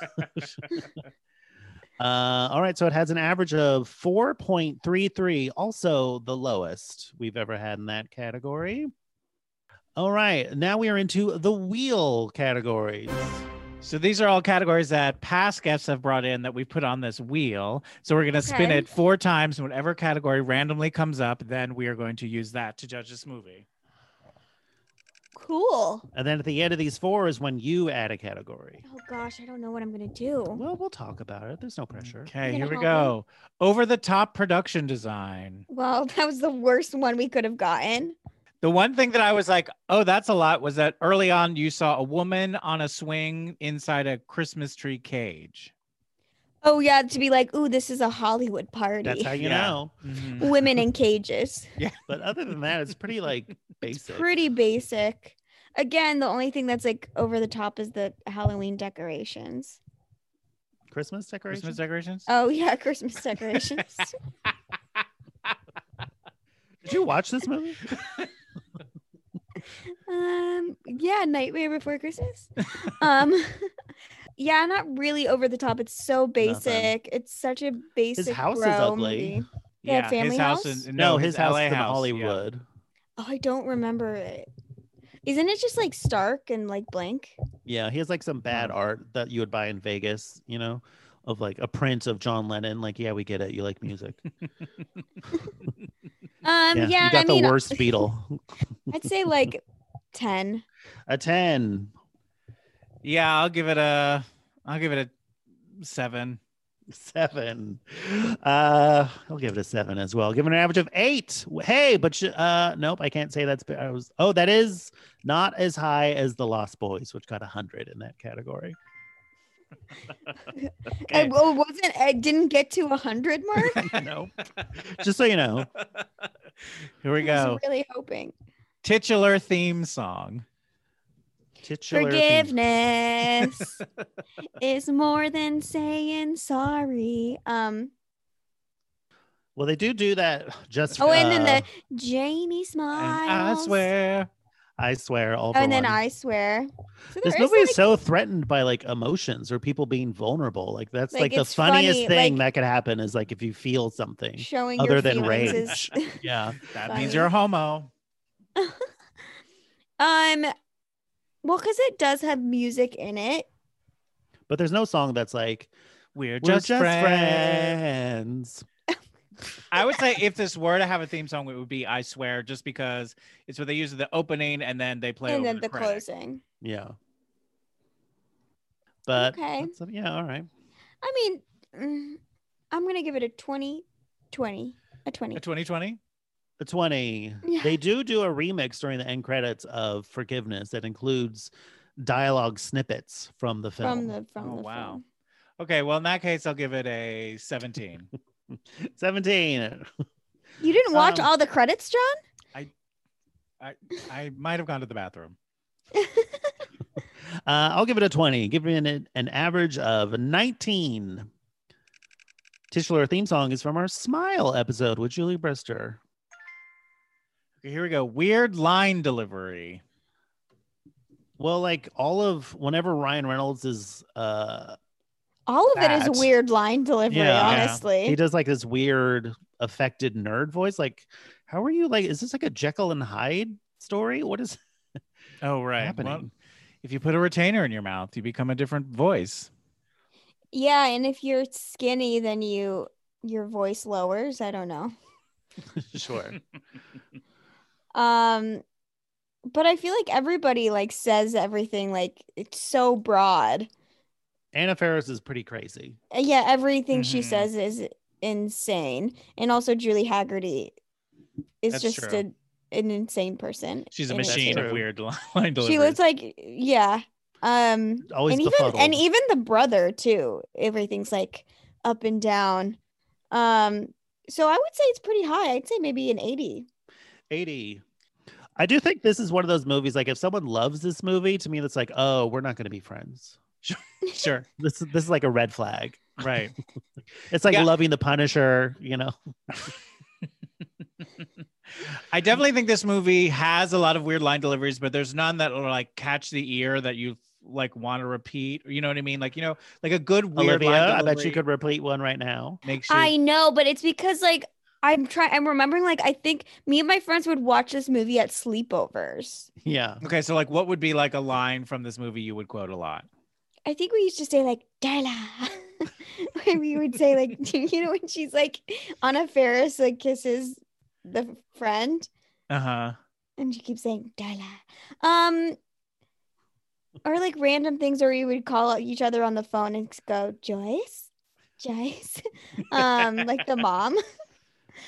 E: Uh, all right, so it has an average of 4.33, also the lowest we've ever had in that category. All right, now we are into the wheel categories.
F: So these are all categories that past guests have brought in that we put on this wheel. So we're going to spin
G: Okay.
F: it four times. and Whatever category randomly comes up, then we are going to use that to judge this movie.
G: Cool.
E: And then at the end of these four is when you add a category.
G: Oh gosh, I don't know what I'm gonna do.
E: Well, we'll talk about it. There's no pressure.
F: Okay,
G: gonna
F: here we
G: help
F: go. Over the top production design.
G: Well, that was the worst one we could have gotten.
F: The one thing that I was like, oh, that's a lot was that early on you saw a woman on a swing inside a Christmas tree cage.
G: Oh yeah, to be like, ooh, this is a Hollywood party.
E: That's how you
F: Yeah.
E: know.
G: Women in cages.
E: But other than that, it's pretty like basic.
G: Pretty basic. Again, the only thing that's like over the top is the Halloween decorations.
E: Christmas decorations.
F: Christmas decorations?
G: Oh yeah, Christmas decorations.
E: Did you watch this movie?
G: um, yeah, Nightmare Before Christmas. um, yeah, not really over the top. It's so basic. It's such a basic.
E: house is
G: bro
E: ugly.
G: movie. Yeah, Family
F: his house,
G: House?
F: in,
E: No, his house
F: LA
E: in
F: house, yeah.
E: Hollywood.
G: Oh, I don't remember it. Isn't it just like stark and like blank? Um,
E: Yeah, he has like some bad art that you would buy in Vegas, you know, of like a print of John Lennon. Like, yeah, we get it. You like music.
G: Um, yeah,
E: you got
G: I
E: the
G: mean,
E: worst Beatle.
G: I'd say like ten.
E: a 10,
F: Yeah, I'll give it a I'll give it a seven.
E: 7. Uh, I'll give it a 7 as well. Give it an average of 8. Hey, but sh- uh, nope, I can't say that's. ba- I was, oh, that is not as high as The Lost Boys, which got 100 in that category.
G: I
E: Okay.
G: w- wasn't. I didn't get to a hundred mark. I
F: no.
E: Just so you know,
F: Here we go.
G: was really hoping.
F: Titular theme song.
E: titular theme-
G: Forgiveness is more than saying sorry. Um.
E: Well, they do do that just
G: Oh, and
E: uh,
G: then the Jamie
F: And
G: smiles.
F: I swear.
E: I swear, all
G: Oh,
E: for
G: and then
E: one.
G: I swear. So
E: this
G: there
E: movie is
G: like-
E: so threatened by like emotions or people being vulnerable. Like that's like,
G: Like,
E: the
G: it's
E: funniest
G: funny,
E: thing
G: like-
E: that could happen is like if you feel something
G: showing
E: other
G: your
E: than
G: feelings
E: rage.
G: is-
E: yeah.
F: That
G: Funny.
F: means you're a homo.
G: um. Well, because it does have music in it.
E: But there's no song that's like
F: We're
E: we're just,
F: just, friends.
E: friends.
F: I would say if this were to have a theme song, it would be I swear, just because it's what they use at the opening and then they play
G: and
F: over
G: then the
F: credits.
G: closing.
E: Yeah. But
G: Okay.
E: that's- uh, yeah, all right.
G: I mean, mm, I'm gonna give it a 20, 20, a twenty.
F: A 2020?
E: The 20.
G: Yeah.
E: They do do a remix during the end credits of Forgiveness that includes dialogue snippets from the film.
G: from the from
F: Oh,
G: the
F: wow.
G: film.
F: Okay, well, in that case, I'll give it a 17.
E: 17.
G: You didn't watch
E: Um,
G: all the credits, John?
F: I might have gone to the bathroom.
E: Uh, I'll give it a 20. Give me an, an average of 19. Titular theme song is from our Smile episode with Julie Brister.
F: Okay, here we go. Weird line delivery.
E: Well, like all of whenever Ryan Reynolds is, uh,
G: All of it
E: That.
G: is weird line delivery,
E: Yeah. Yeah.
G: honestly.
E: he does like this weird affected nerd voice. Like, how are you? Like, is this like a Jekyll and Hyde story? What is
F: Oh, right.
E: happening?
F: if you put a retainer in your mouth, you become a different voice.
G: yeah, and if you're skinny, then you your voice lowers. I don't know.
E: sure.
G: Um but I feel like everybody like says everything like it's so broad.
E: Anna Ferris is pretty crazy.
G: Uh, Yeah, everything she
F: Mhm.
G: says is insane. And also Julie Haggerty is
F: That's
G: just
F: true.
G: a, an insane person.
F: She's a
G: in it.
F: machine
E: true.
F: of weird li- line delivery.
G: She looks like yeah. Um
E: Always
G: and even
E: befuddled.
G: and even the brother too. Everything's like up and down. Um so I would say it's pretty high. I'd say maybe an 80.
E: 80. I do think this is one of those movies. Like, if someone loves this movie, to me, that's like, oh, we're not going to be friends.
F: sure.
E: This is this is like a red flag.
F: Right.
E: It's like
F: Yeah.
E: loving the Punisher, you know.
F: I definitely think this movie has a lot of weird line deliveries, but there's none that will like catch the ear that you like want to repeat. You know what I mean? Like you know, like a good weird
E: Olivia,
F: line
E: I bet you
F: delivery
E: could repeat one right now.
F: makes you.
G: I know, but it's because like I'm trying. I'm remembering like I think me and my friends would watch this movie at sleepovers.
E: Yeah.
F: Okay, so like, what would be like a line from this movie you would quote a lot?
G: I think we used to say like Della. Where we would say like you know when she's like Anna Ferris like kisses the friend
F: Uh
E: Uh-huh.
F: huh.
G: and she keeps saying Della. Um or like random things or you would call out each other on the phone and go Joyce, Joyce, um like the mom.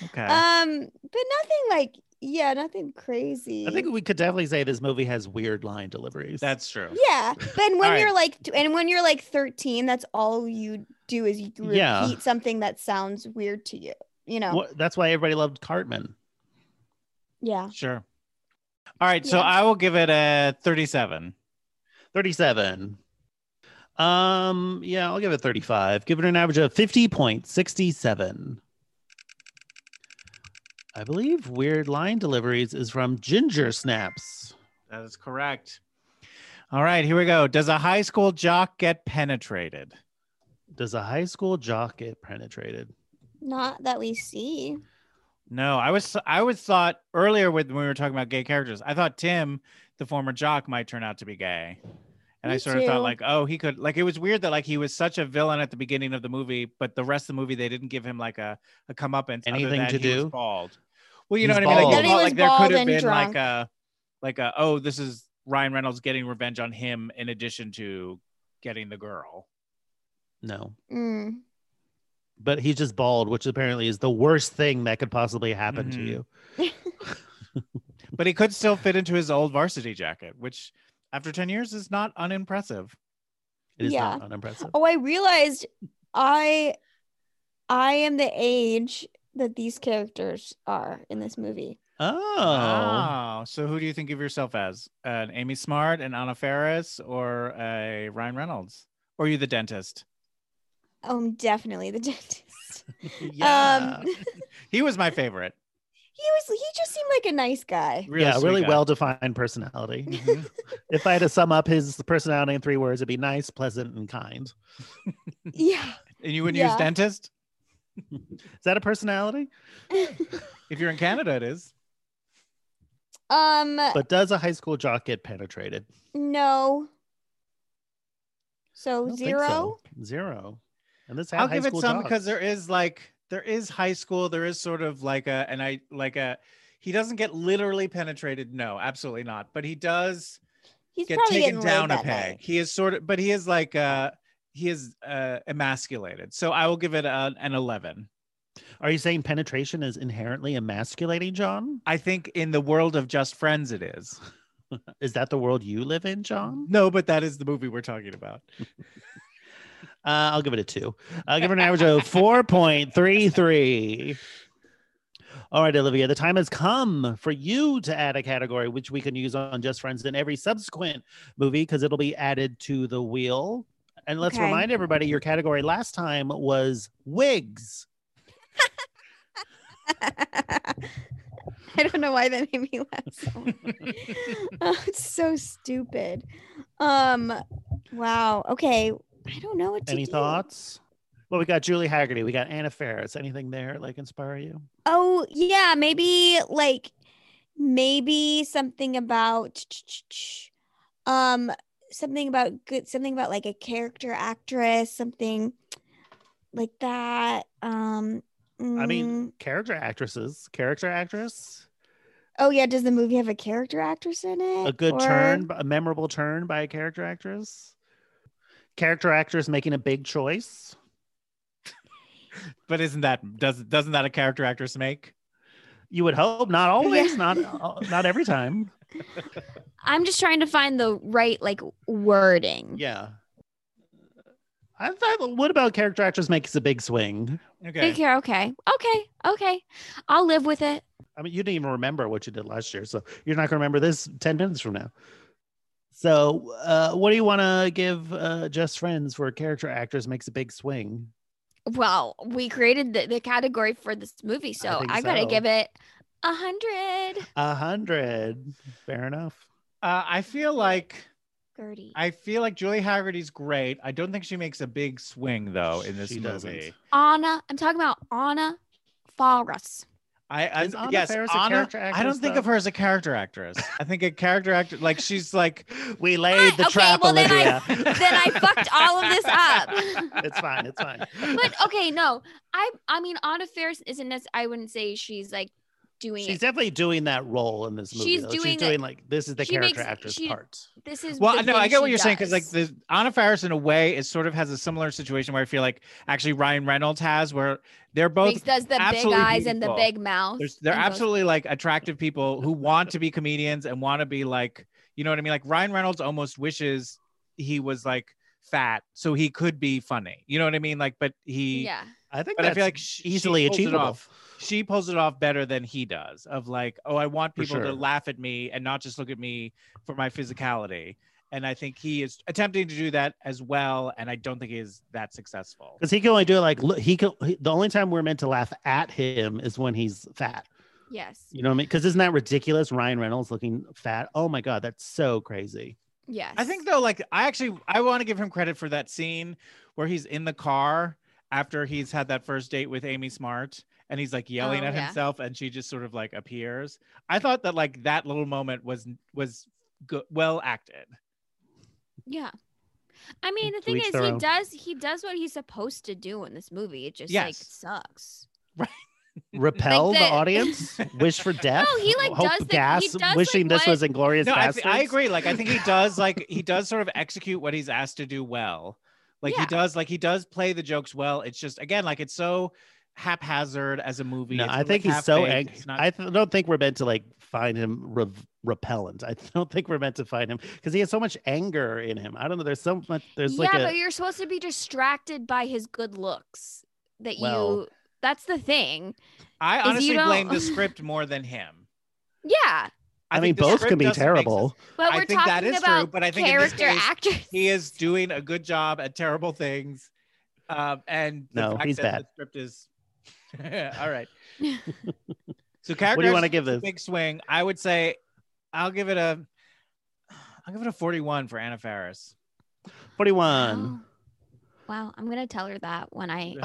F: Okay.
G: Um, but nothing like yeah, nothing crazy.
E: I think we could definitely say this movie has weird line deliveries.
F: That's true.
G: yeah. But when
F: All
G: you're like t- and when you're like 13, that's all you do is you repeat
E: Yeah.
G: something that sounds weird to you. You know?
E: Wha- that's why everybody loved Cartman.
G: Yeah.
F: Sure. All right, so
G: Yeah.
F: I will give it a 37.
E: 37. Um, yeah, I'll give it 35. Give it an average of 50.67. I believe weird line deliveries is from Ginger Snaps.
F: That is correct. All right, here we go. Does a high school jock get penetrated?
E: Does a high school jock get penetrated?
G: Not that we see.
F: No, I was I was thought earlier with when we were talking about gay characters, I thought Tim, the former jock, might turn out to be gay. And I
G: Me
F: sort of thought
G: too.
F: like, oh, he could like it was weird that like he was such a villain at the beginning of the movie, but the rest of the movie they didn't give him like a a comeuppance. other
E: Anything
F: than
E: to
F: he was
E: do?
F: bald. Well, you know
E: He's
F: what I mean.
E: bald.
F: Like, you
E: That
G: he
F: thought,
G: was
F: like there
G: bald
F: could have
G: and
F: been
G: drunk.
F: like a like a oh, this is Ryan Reynolds getting revenge on him in addition to getting the girl.
E: No.
G: Mm.
E: But he's just bald, which apparently is the worst thing that could possibly happen to
F: Mhm.
E: you.
F: But he could still fit into his old varsity jacket, which after ten years is not unimpressive.
E: It is
G: Yeah.
E: not unimpressive.
G: Oh, I realized I I am the age that these characters are in this movie.
E: Oh.
F: Wow. So who do you think of yourself as? An Amy Smart, an Anna Faris, or a Ryan Reynolds? Or are you the dentist?
G: Oh, I'm definitely the dentist.
E: Yeah.
G: Um,
F: He was my favorite.
G: he was he just seemed like a nice guy.
F: Really
E: yeah,
F: sweet
E: really
F: guy.
E: well defined personality.
F: Mhm.
E: if I had to sum up his personality in three words, it'd be nice, pleasant, and kind.
G: Yeah.
F: And you wouldn't use
G: Yeah.
F: dentist?
E: Is that a personality?
F: If you're in Canada, it is.
G: Um
E: But does a high school jock get penetrated?
G: no.
E: I
G: So
E: don't think
G: zero.
E: so. Zero. And this had
F: Oh, I'll
E: high
F: give it
E: school
F: some
E: jocks.
F: because there is like there is high school, there is sort of like a and I like a he doesn't get literally penetrated. No, absolutely not. But he does
G: He's
F: get
G: probably
F: taken
G: getting
F: down
G: down
F: a
G: that
F: peg.
G: night.
F: He is sort of, but he is like uh he is uh emasculated. So I will give it an, an eleven.
E: Are you saying penetration is inherently emasculating, John?
F: I think in the world of just friends, it is.
E: Is that the world you live in, John?
F: No, but that is the movie we're talking about.
E: Uh, I'll give it a two. I'll give it an average of 4.33. All right, Olivia, the time has come for you to add a category which we can use on Just Friends in every subsequent movie because it'll be added to the wheel. And let's
G: Okay.
E: remind everybody your category last time was wigs.
G: I don't know why that made me laugh so much. oh, it's so stupid. Um wow. Okay. I don't know what to
E: Any
G: do.
E: thoughts? Well, we got Julie Haggerty, we got Anna Faris. Anything there like inspire you?
G: Oh yeah, maybe like maybe something about um something about good something about like a character actress, something like that. Um
E: I mean,
G: mm,
E: character actresses, character actress,
G: oh yeah, does the movie have a character actress in it?
E: a good
G: Or-
E: turn, a memorable turn by a character actress, character actress making a big choice.
F: But isn't that doesn't doesn't that a character actress make?
E: You would hope not always,
G: Yeah.
E: not uh, not every time.
G: I'm just trying to find the right like wording.
E: Yeah. I thought, what about character actress makes a big swing?
F: Okay.
G: Okay, okay. Okay. Okay. I'll live with it.
E: I mean, you didn't even remember what you did last year, so you're not going to remember this 10 minutes from now. So, uh, what do you want to give uh, Just Friends for a character actress makes a big swing?
G: Well, we created the, the category for this movie, so
E: think
G: I, gotta
E: so.
G: give it a hundred.
E: A hundred. Fair enough.
F: Uh, I feel like
G: Gertie.
F: I feel like Julie Haggerty's great. I don't think she makes a big swing though Oh, in this
E: She
F: movie.
E: doesn't.
G: Anna, I'm talking about Anna Faris.
F: I, I
E: Is Anna
F: yes,
E: Faris a
F: Anna.
E: character
F: I don't
E: actress,
F: think
E: though?
F: of her as a character actress. I think a character actor like she's like
E: We
G: Fine,
E: laid the
G: Ah, okay,
E: trap,
G: well, then
E: Olivia.
G: I- Then I fucked all of this up.
E: it's fine. It's fine.
G: but okay, no, I I mean Anna Faris isn't. Nec- I wouldn't say she's like doing
E: She's
G: it.
E: definitely doing that role in this movie.
G: She's
E: though.
G: doing
E: she's
G: a-
E: doing like this is the
G: she
E: character
G: makes-
E: actress
G: she-
E: part.
G: this is
F: well
G: the
F: no i
G: thing
F: get what
G: she
F: you're saying because like
G: does.
F: the anna faris in a way is sort of has a similar situation where i feel like actually ryan reynolds has where they're
G: Makes-
F: both
G: does the big
F: absolutely
G: eyes and the
F: beautiful.
G: big mouth.
F: they're, they're
G: and goes-
F: absolutely like attractive people who want to be comedians and want to be like you know what i mean like ryan reynolds almost wishes he was like fat so he could be funny you know what i mean like but he
G: Yeah.
E: I think
F: but i
E: that's
F: feel like sh- she
E: easily
F: pulls it
E: achievable.
F: off. she pulls it off better than he does of like oh i want
E: For
F: people to
E: sure.
F: laugh at me and not just look at me for my physicality and i think he is attempting to do that as well and i don't think he is that successful
E: Because he can only do it like look, he can. He, the only time we're meant to laugh at him is when he's fat.
G: Yes.
E: You know what I mean? Because isn't that ridiculous? Ryan Reynolds looking fat. Oh my god, that's so crazy.
G: Yes.
F: i think though like i actually i want to give him credit for that scene where he's in the car after he's had that first date with amy smart and he's like yelling
G: Oh,
F: at
G: yeah.
F: himself and she just sort of like appears i thought that like that little moment was was good well acted
G: Yeah. I mean, the
E: To
G: thing
E: each
G: is,
E: their
G: he
E: own.
G: does he does what he's supposed to do in this movie. It just like
F: Yes.
G: sucks.
E: Repel the
G: the-
E: audience. Wish for death.
G: No, he, like,
E: hope
G: does the- he
E: gas.
G: does, like,
E: wishing this
G: what-
E: was inglorious.
F: no, I, th-
E: Bastards.
F: I agree. Like, I think he does like he does sort of execute what he's asked to do well. Like he
G: Yeah.
F: does like he does play the jokes well. It's just again like it's so haphazard as a movie.
E: No,
F: It's
E: I
F: sort of
E: think
F: like
E: he's so
F: half-baked.
E: angry.
F: It's not-
E: I th- don't think we're meant to like find him re- repellent. I don't think we're meant to find him because he has so much anger in him. I don't know. There's so much. There's
G: yeah,
E: like
G: but
E: a.
G: you're supposed to be distracted by his good looks. That
E: Well-
G: you that's the thing.
F: I
G: is you
F: honestly
G: don't-
F: blame the script more than him.
G: Yeah.
E: I, mean,
F: think the
E: both
F: script
E: can be
F: doesn't make sense.
E: terrible.
G: But
F: I
G: we're
F: think
G: talking
F: that is true,
G: about
F: but I think in this
G: character
F: case,
G: actors.
F: He is doing a good job at terrible things, um, and the
E: No,
F: fact
E: he's
F: that
E: bad.
F: The script is all right. so character.
E: What do you want to give this?
F: big swing. I would say I'll give it a I'll give it a 41 for Anna Faris.
E: Forty-one.
G: Wow. Oh, Wow, I'm gonna tell her that when I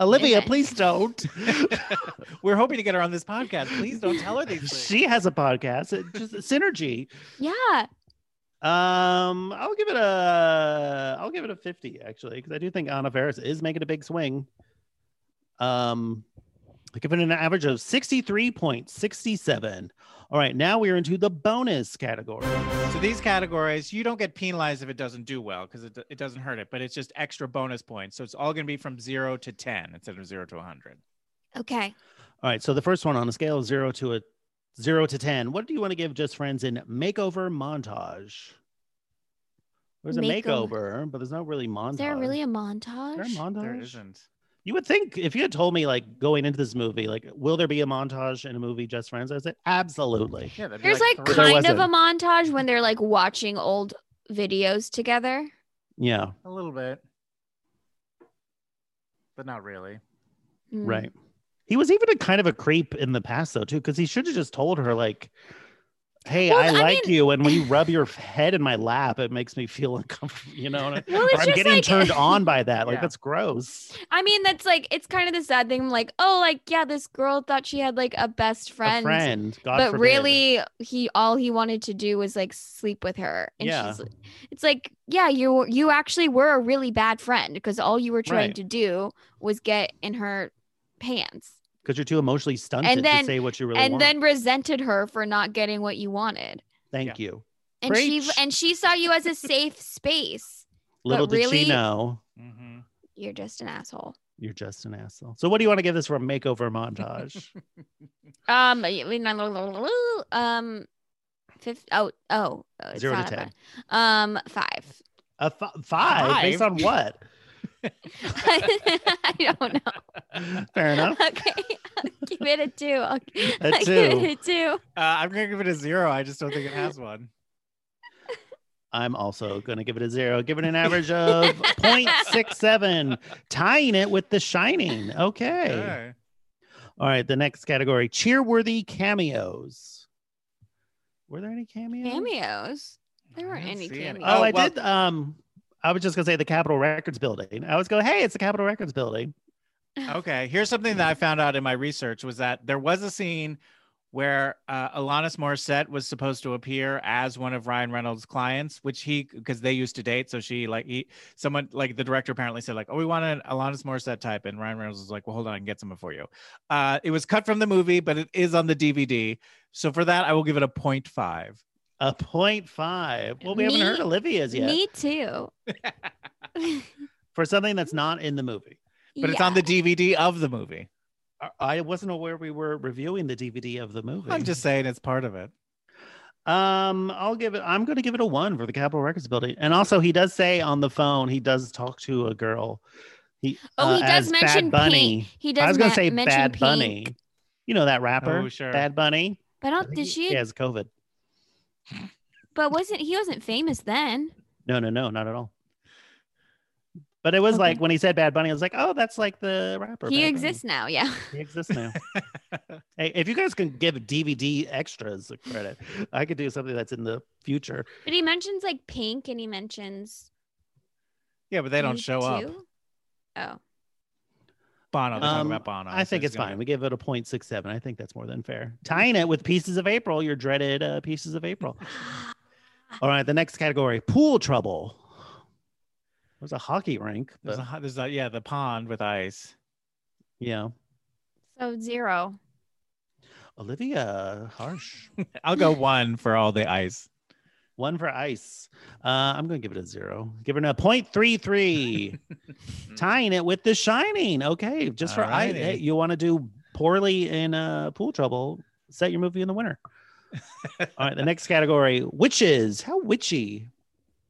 E: Olivia,
G: Okay.
E: please don't.
F: We're hoping to get her on this podcast. Please don't tell her these things.
E: she has a podcast. It just synergy.
G: Yeah.
E: Um, I'll give it a. I'll give it a fifty actually because I do think Anna Faris is making a big swing. Um, I give it an average of sixty-three point sixty-seven. All right, now we are into the bonus category.
F: So these categories, you don't get penalized if it doesn't do well because it, it doesn't hurt it, but it's just extra bonus points. So it's all going to be from 0 to 10 instead of 0 to 100.
G: Okay.
E: All right, so the first one on a scale of zero to a zero to ten, what do you want to give just friends in makeover montage? There's a
G: Makeover.
E: makeover, but there's not really montage.
G: Is there really a montage?
E: Is there a montage?
F: There isn't.
E: You would think if you had told me like going into this movie, like will there be a montage in a movie Just Friends? I said absolutely.
F: Yeah, that'd be
G: There's like,
F: three.
E: There
G: kind of a
E: wasn't.
G: montage when they're like watching old videos together.
E: Yeah,
F: a little bit, but not really.
G: Mm.
E: right. He was even a kind of a creep in the past though too, because he should have just told her like, "Hey,
G: Well,
E: I,
G: I
E: like
G: mean-
E: you, and when you rub your head in my lap, it makes me feel uncomfortable." You know, and I-
G: Well, it's
E: or I'm
G: just
E: getting
G: like-
E: turned on by that. Like
F: Yeah.
E: that's gross.
G: I mean, that's like it's kind of the sad thing. Like, oh, like yeah, this girl thought she had like a best friend,
E: a friend, God
G: but
E: forbid.
G: really, he all he wanted to do was like sleep with her. And
E: Yeah.
G: she's, it's like yeah, you were- you actually were a really bad friend because all you were trying
E: Right.
G: to do was get in her pants,
E: because you're too emotionally stunted
G: then-
E: to say what you really
G: and
E: want.
G: then resented her for not getting what you wanted.
E: Thank you,
G: And she
E: Preach.
G: and she saw you as a safe space.
E: little did she
G: really-
E: know.
F: Mm-hmm.
G: You're just an asshole.
E: You're just an asshole. So, what do you want to give this for a makeover montage?
G: Um, I mean, I- um, fifth. Oh, oh, oh, it's
E: Zero to
G: not a
E: ten.
G: five. Um, five.
E: A fi- five, based
F: Five?
E: on what?
G: I don't know.
E: Fair enough.
G: Okay, I'll give it a two. I'll,
E: A
G: I'll give
E: two.
G: it a two.
F: Uh, I'm going to give it a zero. I just don't think it has one.
E: I'm also going to give it a zero. Give it an average of 0.67, tying it with The Shining. Okay.
F: Okay.
E: All right. The next category cheerworthy cameos. Were there any cameos?
G: Cameos. There weren't any candy.
E: Oh,
F: Oh,
E: I
F: well-
E: did. Um, I was just gonna say the Capitol Records building. I was going, hey, it's the Capitol Records building.
F: Okay, here's something that I found out in my research was that there was a scene where uh, Alanis Morissette was supposed to appear as one of Ryan Reynolds' clients, which he because they used to date. So she like he someone like the director apparently said like, "Oh, we want an Alanis Morissette type," and Ryan Reynolds was like, "Well, hold on, I can get someone for you." Uh, it was cut from the movie, but it is on the DVD. So for that, I will give it a 0.5.
E: A point five. Well, we haven't
G: Me-
E: heard Olivia's yet
G: Me too.
E: for something that's not in the movie.
F: But it's on the DVD of the movie.
E: I- I wasn't aware we were reviewing the DVD of the movie.
F: I'm just saying it's part of it.
E: Um, I'll give it. I'm going to give it a one for the Capitol Records building. And also, he does say on the phone he does talk to a girl. He
G: Oh,
E: uh,
G: he does
E: as
G: mention
E: Bad Bunny.
G: Pink. He does
E: I was going
G: ma-
E: to say
G: mention
E: Bad
G: Pink,
E: Bunny. You know that rapper,
F: Oh, sure.
E: Bad Bunny.
G: But I don't, did she?
E: He has COVID.
G: But wasn't he wasn't famous then?
E: No, no, no, not at all. But it was
G: Okay.
E: like when he said Bad Bunny, I was like, oh, that's like the rapper.
G: he
E: Bad Bunny.
G: exists now. Yeah.
E: He exists now. hey, if you guys can give DVD extras a credit, I could do something that's in the future.
G: But he mentions like Pink, and he mentions
F: Yeah, but they don't
G: you
F: show up.
G: too? Oh,
F: Bono, they're
E: Um,
F: talking about Bono.
E: I
F: so
E: think
F: he's
E: it's Mm-hmm.
F: gonna
E: fine. We give it a 0.67. I think that's more than fair. Tying it with Pieces of April, your dreaded uh, Pieces of April. All right, the next category pool trouble. It was a hockey rink,
F: There's
E: but
F: a, there's a, yeah, the pond with ice.
E: yeah.
G: so zero.
E: Olivia, harsh.
F: I'll go one for all the ice.
E: One for ice. Uh, I'm going to give it a zero. Give it a 0.33. Tying it with The Shining. Okay, just for ice.
F: Alrighty.
E: Hey, you want to do poorly in uh, pool trouble, set your movie in the winner. All right, the next category witches. How witchy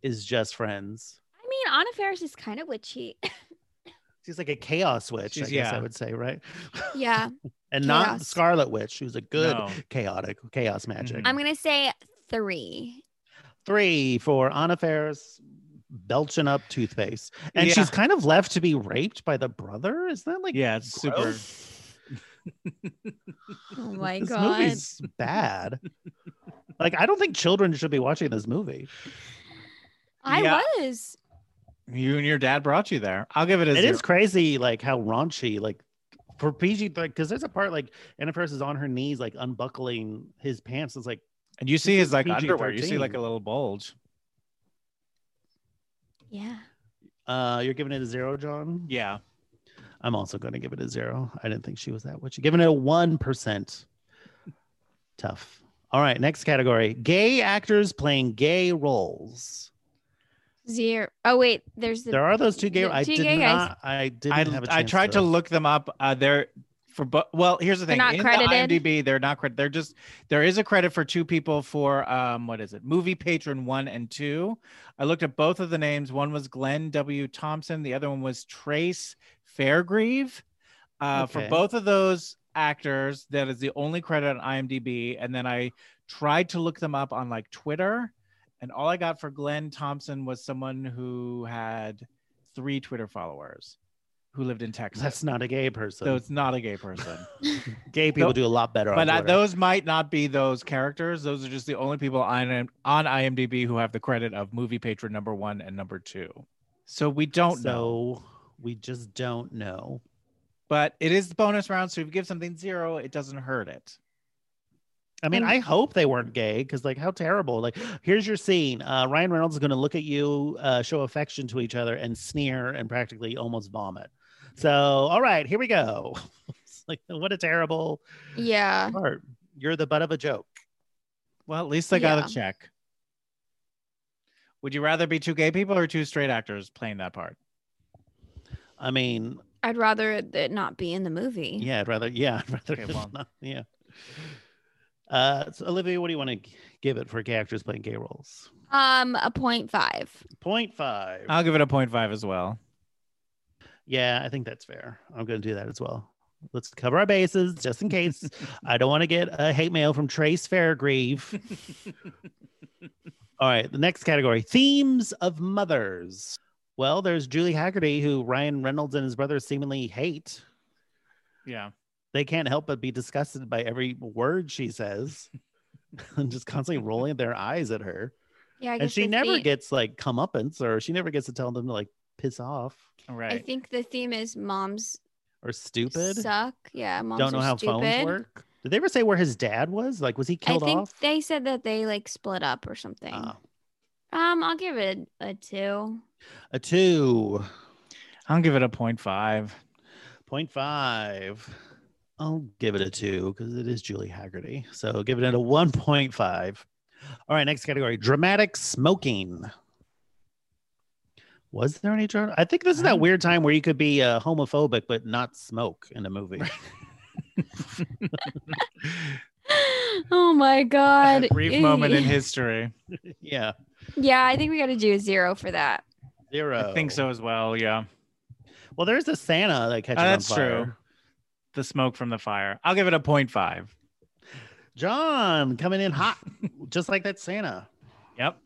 E: is Just Friends?
G: I mean, Anna Faris is kind of witchy.
E: She's like a chaos witch, I
F: She's-
E: guess I
F: yeah.
E: would say, right?
G: yeah,
E: And not
G: Chaos.
E: Scarlet Witch. She was a good
F: No.
E: chaotic chaos magic.
F: Mhm.
G: I'm gonna say three.
E: Three for Anna Faris belching up toothpaste. And
F: Yeah.
E: she's kind of left to be raped by the brother. Is that like
F: Yeah, it's super.
G: Oh my
E: this
G: god.
E: movie's bad. like I don't think children should be watching this movie.
G: I
F: Yeah.
G: was.
F: You and your dad brought you there. I'll give it a
E: It
F: zero.
E: is crazy, like how raunchy, like for PG, like because there's a part like Anna Faris is on her knees, like unbuckling his pants. It's like
F: And you see
E: This
F: his
E: is
F: like underwear. You see
E: PG-13.
F: like a little bulge.
G: Yeah.
E: uh you're giving it a zero, John.
F: Yeah.
E: I'm also going to give it a zero. I didn't think she was that witchy. Giving it a one percent. Tough. All right, next category: gay actors playing gay roles.
G: Zero. Oh wait, there's the
E: There are those two gay.
G: the
E: I
G: two
E: did
G: gay guys.
E: not. I didn't
F: I
E: have a chance.
F: I tried to look them up. Uh, they're for but well, here's the
G: They're
F: thing.
G: not
F: In the
G: credited?
F: IMDb, they're not credit. They're just there is a credit for two people for um what is it? Movie patron one and two. I looked at both of the names. One was Glenn W. Thompson. The other one was Trace Fairgrieve. Uh,
E: Okay.
F: For both of those actors, that is the only credit on IMDb. And then I tried to look them up on like Twitter, and all I got for Glenn Thompson was someone who had three Twitter followers who lived in Texas.
E: That's not a gay person.
F: so it's not a gay person.
E: gay people do a lot better.
F: but
E: on
F: I,
E: Twitter.
F: those might not be those characters. Those are just the only people on um, on IMDb who have the credit of movie patron number one and number two. So we don't
E: so
F: know.
E: we just don't know.
F: But it is the bonus round. So if you give something zero, it doesn't hurt it.
E: I mean, I hope they weren't gay because, like, how terrible! Like, here's your scene: uh, Ryan Reynolds is going to look at you, uh, show affection to each other, and sneer and practically almost vomit. So, all right, here we go. It's like, what a terrible
G: yeah.
E: part! You're the butt of a joke.
F: Well, at least I got a check. Would you rather be two gay people or two straight actors playing that part?
E: I mean,
G: I'd rather it not be in the movie.
E: yeah, I'd rather, yeah, I'd rather,
F: Okay, well.
E: not- yeah. Uh, so Olivia, what do you want to give it for gay actors playing gay roles?
G: Um, a point five.
E: Point five.
F: I'll give it a point five as well.
E: Yeah, I think that's fair. I'm going to do that as well. Let's cover our bases just in case. I don't want to get a hate mail from Trace Fairgrieve. All right, the next category themes of mothers. Well, there's Julie Haggerty, who Ryan Reynolds and his brother seemingly hate.
F: Yeah.
E: They can't help but be disgusted by every word she says and just constantly rolling their eyes at her.
G: Yeah, I guess
E: and she
G: the
E: never
G: theme-
E: gets like comeuppance, or she never gets to tell them to like piss off
F: Right.
G: I think the theme is moms
E: or stupid.
G: suck. Yeah, moms
E: Don't know
G: are
E: how
G: stupid.
E: phones work. Did they ever say where his dad was? Like, was he
G: I
E: killed
G: think
E: off?
G: they said that they like split up or something.
E: Oh.
G: Um, I'll give it a two.
E: a two
F: I'll give it a point five.
E: point five. I'll give it a two because it is Julie Haggerty. So give it a one point five. All right, next category: dramatic smoking. Was there any? Dra- I think this is that weird time where you could be uh, homophobic but not smoke in a movie.
G: oh my god.
F: A brief moment in
G: Eh.
F: history.
E: yeah,
G: Yeah, I think we got to do a zero for that.
E: zero.
F: I think so as well. Yeah.
E: Well, there's a Santa that catches
F: Oh, that's
E: on fire.
F: true. The smoke from the fire. I'll give it a point five.
E: John coming in hot, just like that Santa.
F: Yep.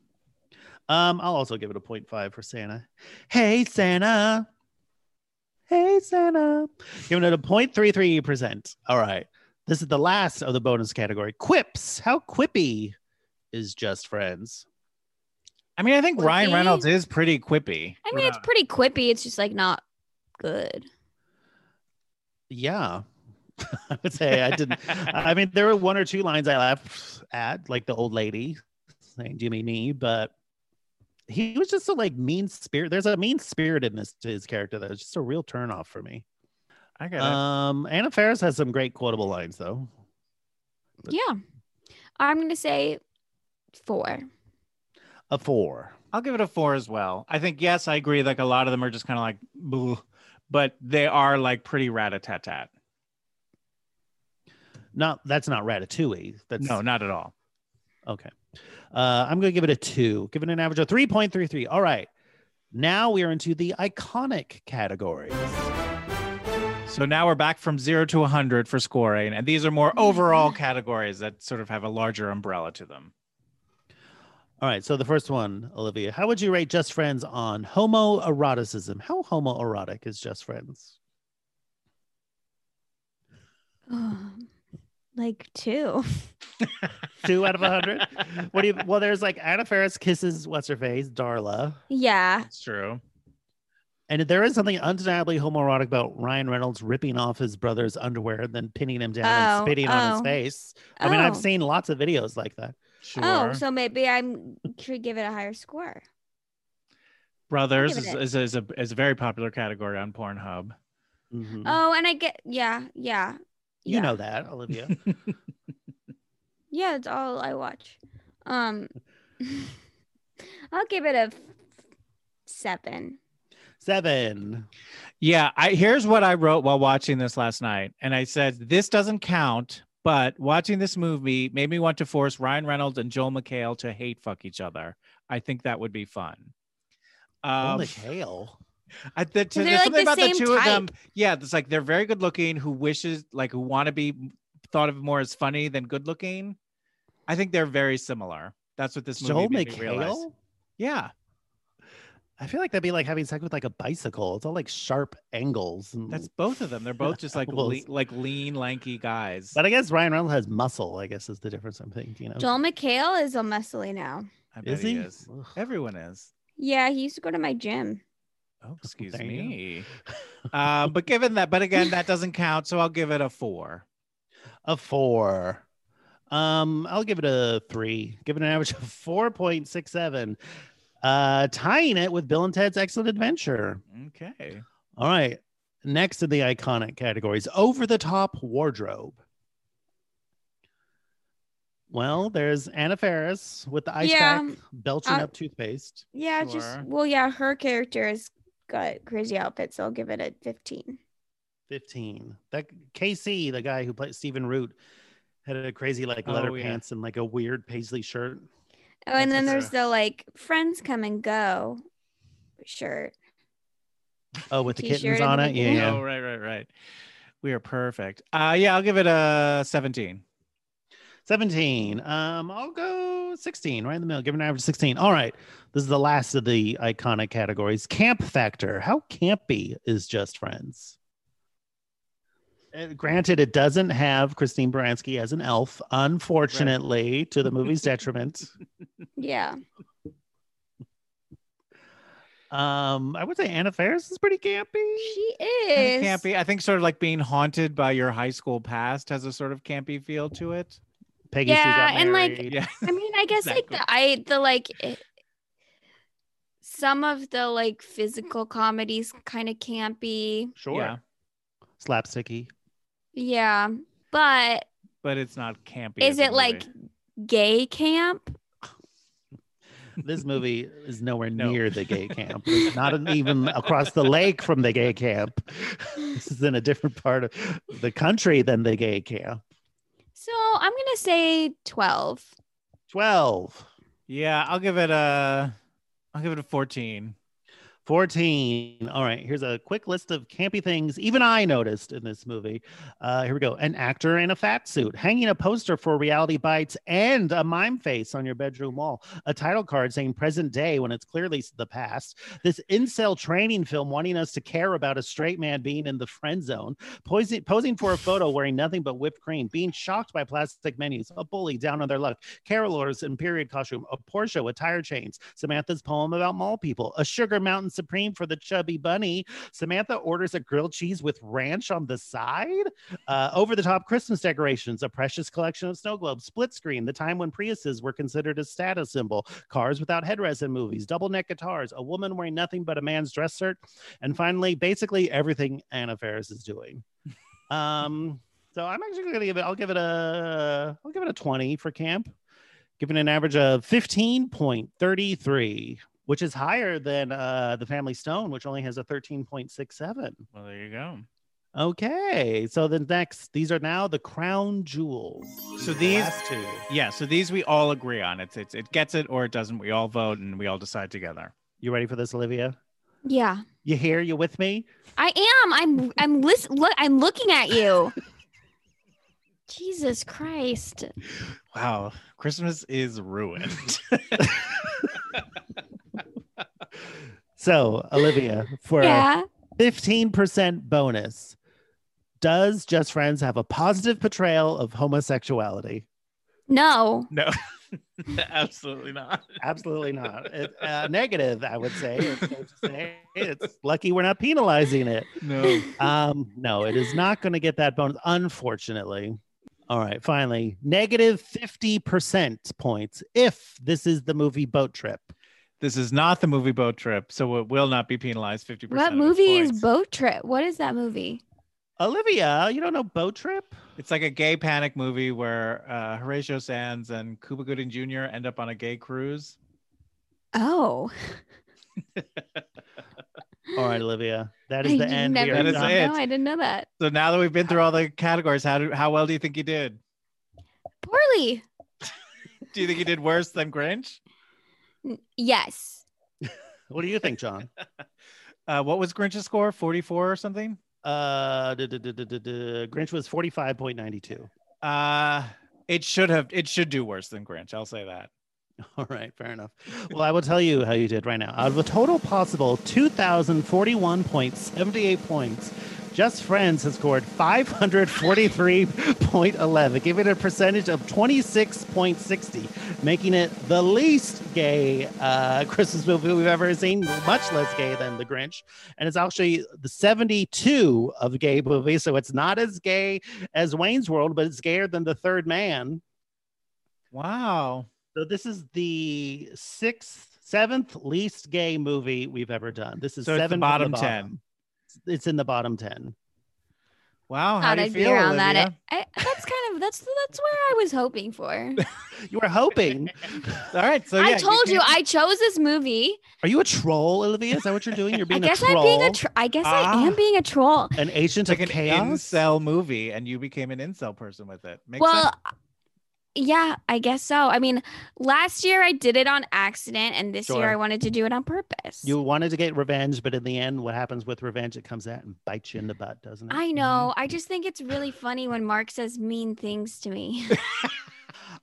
E: Um, I'll also give it a 0.5 for Santa. Hey Santa. Hey Santa. Giving it a 0.33%. All right. This is the last of the bonus category. Quips. How quippy is just friends?
F: I mean, I think Ryan
G: Quippy?
F: Reynolds is pretty quippy.
G: I mean, it's pretty quippy. It's just like not good.
E: Yeah. I would say I didn't. I mean, there were one or two lines I laughed at, like the old lady saying, Do you mean me? But he was just so like mean spirit. There's a mean spiritedness to his character that was just a real turnoff for me.
F: I got it.
E: Um, Anna Faris has some great quotable lines, though. But-
G: Yeah. I'm going to say four.
E: A four.
F: I'll give it a four as well. I think yes, I agree. Like a lot of them are just kind of like, "Bleh," but they are like pretty rat a tat tat.
E: Not that's not Ratatouille. That's
F: No, not at all.
E: okay. Uh, I'm gonna give it a two. Give it an average of three point three three. All right. Now we are into the iconic category.
F: So now we're back from zero to 100 for scoring. And these are more overall categories that sort of have a larger umbrella to them.
E: All right. So the first one, Olivia, how would you rate Just Friends on homoeroticism? How homoerotic is Just Friends?
G: Um, like two.
E: Two out of a hundred. what do you? Well, there's like Anna Faris kisses what's her face, Darla.
G: Yeah.
F: That's true.
E: And there is something undeniably homoerotic about Ryan Reynolds ripping off his brother's underwear and then pinning him down
G: Oh,
E: and spitting on his
G: oh.
E: face. I mean, I've
G: Oh.
E: seen lots of videos like that.
F: Sure.
G: Oh, so maybe I am should give it a higher score.
F: Brothers
G: I'll give
F: is,
G: it
F: is, is, a, is a very popular category on Pornhub. Mm-hmm.
G: Oh, and I get, yeah, yeah.
E: Mm-hmm. You
G: Oh, yeah.
E: know that, Olivia.
G: Yeah, it's all I watch. Um, I'll give it a f- seven.
E: Seven.
F: Yeah, I here's what I wrote while watching this last night. And I said, this doesn't count, but watching this movie made me want to force Ryan Reynolds and Joel McHale to hate fuck each other. I think that would be fun. Um,
E: Holy hail.
F: I, the, there's
G: So they're, like,
F: something
G: the
F: about the
G: same
F: two of them. Yeah, it's like they're very good looking who wishes like who want to be thought of more as funny than good looking. I think they're very similar. That's what this movie
E: Joel
F: made me realize.
E: McHale?
F: Yeah.
E: I feel like that'd be like having sex with like a bicycle. It's all like sharp angles. and-
F: That's both of them. They're both just like
E: Elbows.
F: le- like lean, lanky guys.
E: but I guess Ryan Reynolds has muscle, I guess is the difference I'm thinking. You know?
G: Joel McHale is a muscly now.
F: I bet
E: is he?
F: is.
E: Ugh.
F: Everyone is.
G: Yeah, he used to go to my gym.
F: Oh, excuse
E: There you go.
F: me. uh, but given that, but again, that doesn't count. So I'll give it a four.
E: A four. Um, I'll give it a three. Give it an average of four point six seven. Uh, tying it with Bill and Ted's Excellent Adventure.
F: Okay.
E: All right. Next in the iconic categories, over the top wardrobe. Well, there's Anna Faris with the ice
G: Yeah,
E: pack belching
G: uh,
E: up toothpaste.
G: Yeah, just
F: Sure.
G: well, yeah, her character has got crazy outfits. So I'll give it a fifteen.
E: 15. That KC, the guy who played Stephen Root, had a crazy like leather
F: Oh, yeah.
E: pants and like a weird paisley shirt.
G: Oh,
F: That's
G: and then
F: a-
G: there's the like friends come and go shirt.
E: Oh, with the
G: T-shirt
E: kittens
G: and
E: on
G: the
E: it.
G: big
E: Yeah,
G: hat.
E: yeah.
F: Oh, right, right, right. We are perfect. Uh, yeah, I'll give it a 17.
E: 17. Um, I'll go 16, right in the middle. Give it an average of 16. All right. This is the last of the iconic categories. Camp factor. How campy is just friends? Uh, granted, it doesn't have Christine Baranski as an elf, unfortunately, to the movie's detriment.
G: Yeah.
E: Um, I would say Anna Faris is pretty campy.
G: She
F: Kinda
G: is.
F: campy. I think sort of like being haunted by your high school past has a sort of campy feel to it.
E: Peggy Sue
G: Yeah,
E: got
G: and, like,
E: married.
F: Yeah.
G: I mean, I guess
F: Exactly.
G: like the I the like it, some of the like physical comedies kind of campy.
E: sure,
F: Yeah.
E: slapsticky.
G: Yeah. But
F: But it's not campy.
G: is
F: as a
G: it like
F: movie.
G: gay camp?
E: This movie is nowhere
F: No.
E: near the gay camp. It's not an, even across the lake from the gay camp. This is in a different part of the country than the gay camp.
G: So I'm gonna say twelve.
E: Twelve.
F: Yeah, I'll give it a I'll give it a 14.
E: 14. All right, here's a quick list of campy things even I noticed in this movie. Uh, here we go. An actor in a fat suit, hanging a poster for Reality Bites and a mime face on your bedroom wall, a title card saying present day when it's clearly the past, this incel training film wanting us to care about a straight man being in the friend zone, posing, posing for a photo wearing nothing but whipped cream, being shocked by plastic menus, a bully down on their luck, carolers in period costume, a Porsche with tire chains, Samantha's poem about mall people, a Sugar Mountain Supreme for the chubby bunny. Samantha orders a grilled cheese with ranch on the side, uh, over the top Christmas decorations, a precious collection of snow globes, split screen, the time when Priuses were considered a status symbol, cars without headrests in movies, double neck guitars, a woman wearing nothing but a man's dress shirt, and finally, basically everything Anna Faris is doing. Um, so I'm actually going to give it. I'll give it a. I'll give it a 20 for camp, giving an average of 15.33, which is higher than uh, the Family Stone, which only has a 13.67.
F: Well, there you go.
E: Okay, so the next these are now the crown jewels.
F: So
E: the
F: these-
E: last two.
F: Yeah, so these we all agree on. It's it's it gets it or it doesn't. We all vote and we all decide together.
E: You ready for this, Olivia?
G: Yeah.
E: You here? You with me?
G: I am. I'm I'm listen look I'm looking at you. Jesus Christ.
F: Wow, Christmas is ruined.
E: So, Olivia, for a
G: Yeah.
E: 15% bonus. Does Just Friends have a positive portrayal of homosexuality?
G: No.
F: no. Absolutely not.
E: Absolutely not. It, uh, negative, I would say. It's, safe to say. It's lucky we're not penalizing it.
F: No.
E: Um, no, it is not going to get that bonus, unfortunately. All right, finally, negative 50% points if this is the movie Boat Trip.
F: This is not the movie boat trip, so it will not be penalized 50%.
G: What
F: of
G: movie is
F: points.
G: Boat Trip? What is that movie?
E: Olivia, you don't know Boat Trip?
F: It's like a gay panic movie where uh, Horatio Sands and Cuba Gooding Jr. end up on a gay cruise.
G: Oh.
E: All right, Olivia, that is
G: I
E: the end. We
G: Never,
E: are
F: That is
E: done.
F: it.
G: No, I didn't know that.
F: So now that we've been through all the categories, how do, how well do you think you did?
G: Poorly.
F: Do you think you did worse than Grinch?
G: N- Yes.
E: What do you think, John?
F: Uh, what was Grinch's score? 44 or something?
E: Uh, duh, duh, duh, duh, duh, duh. Grinch was 45.92.
F: Uh, it should have it should do worse than Grinch. I'll say that.
E: All right, fair enough. Well, I will tell you how you did right now. Out of a total possible 2,041.78 points, Just Friends has scored 543.11, giving it a percentage of 26.60, making it the least gay uh, Christmas movie we've ever seen, much less gay than The Grinch. And it's actually the 72 of gay movies, so it's not as gay as Wayne's World, but it's gayer than The Third Man.
F: Wow.
E: So this is the sixth, seventh least gay movie we've ever done. This is
F: So it's the
E: seven from
F: bottom 10.
E: ten. It's in the bottom ten.
F: Wow. Oh, How
G: Thought
F: do you
G: I'd be
F: feel,
G: around
F: Olivia?
G: that. I, I- that's kind of that's that's where I was hoping for.
E: You were hoping.
F: All right. So yeah,
G: I told you
F: can't-
G: I chose this movie.
E: Are you a troll, Olivia? Is that what you're doing? You're
G: I
E: being
G: guess
E: a
G: I'm
E: troll.
G: being a tr- I guess I
F: Ah.
G: am being a troll.
E: an agent
F: it's like
E: of
F: an
E: chaos.
F: incel movie, and you became an incel person with it. Makes
G: well,
F: sense.
G: yeah, I guess so. I mean, last year I did it on accident, and this year
E: Sure.
G: I wanted to do it on purpose.
E: You wanted to get revenge, but in the end, what happens with revenge? It comes out and bites you in the butt, doesn't it?
F: Mm-hmm.
G: I know. I just think it's really funny when Mark says mean things to me.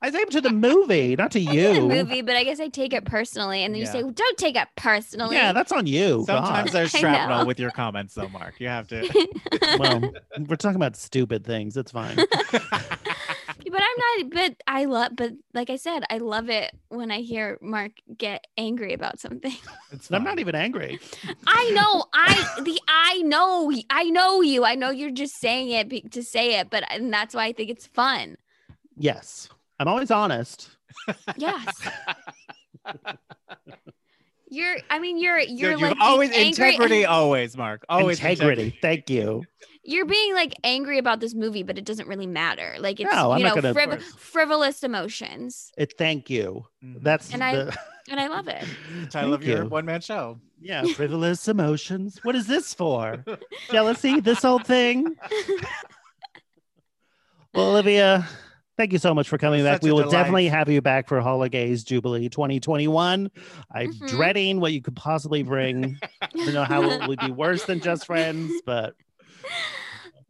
E: I say to the movie, not to
G: I did
E: you.
G: a movie, but I guess I take it personally. And then
F: Yeah.
G: you say, well, "Don't take it personally."
E: Yeah, that's on you.
F: Sometimes
E: God.
F: there's
G: I
F: shrapnel
G: know.
F: with your comments, though, Mark. You have to.
E: well, we're talking about stupid things. It's fine.
G: People but I'm not. But I love. But like I said, I love it when I hear Mark get angry about something.
F: It's
E: I'm
F: fine.
E: not even angry.
G: I know. I the I know. I know you. I know you're just saying it be, to say it. But and that's why I think it's fun.
E: Yes. I'm always honest.
G: Yes. You're. I mean, you're. You're
F: Dude,
G: like
F: you've always
G: being angry.
F: integrity, always, Mark. Always
E: integrity. Thank you.
G: You're being like angry about this movie, but it doesn't really matter. Like it's
E: No, I'm
G: you
E: not gonna-
G: know friv- frivolous emotions,
E: It, thank you.
F: Mhm.
E: That's
G: And I-
E: the-
G: and I love it.
F: The title of
E: Thank
F: your
E: you.
F: one man show.
E: yeah, frivolous emotions. What is this for? Jealousy, this whole thing. well, Olivia, thank you so much for coming
F: It was
E: back.
F: such
E: We
F: a
E: will
F: delight.
E: definitely have you back for Holidays Jubilee 2021. I'm
G: Mhm.
E: dreading what you could possibly bring. I don't know how it would be worse than just friends, but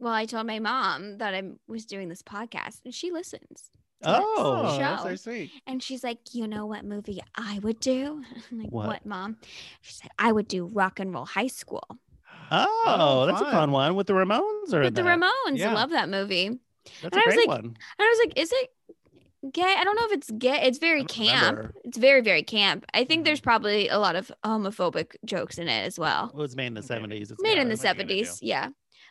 G: Well, I told my mom that I was doing this podcast, and she listens.
E: oh,
F: Oh, that's
G: show.
F: so sweet.
G: And she's like, "You know what movie I would do?" I'm like,
E: What?
G: what? mom?" She said, "I would do Rock and Roll High School."
E: oh,
F: Oh,
E: that's a fun
F: fun.
E: one with the Ramones or
G: With the Ramones,
F: Yeah.
G: I love that movie. And
E: That's
G: and
E: a
G: I was
E: great
G: like,
E: one.
G: I was like, "Is it gay? I don't know if it's gay. It's very camp.
E: remember. Mm-hmm.
G: It's very very camp. I think there's probably a lot of homophobic jokes in it as well.
E: Well, it was made in the
F: Okay.
E: 70s. It's
G: Made
E: got
G: in the
E: it.
F: what are you gonna do?
G: 70s, yeah,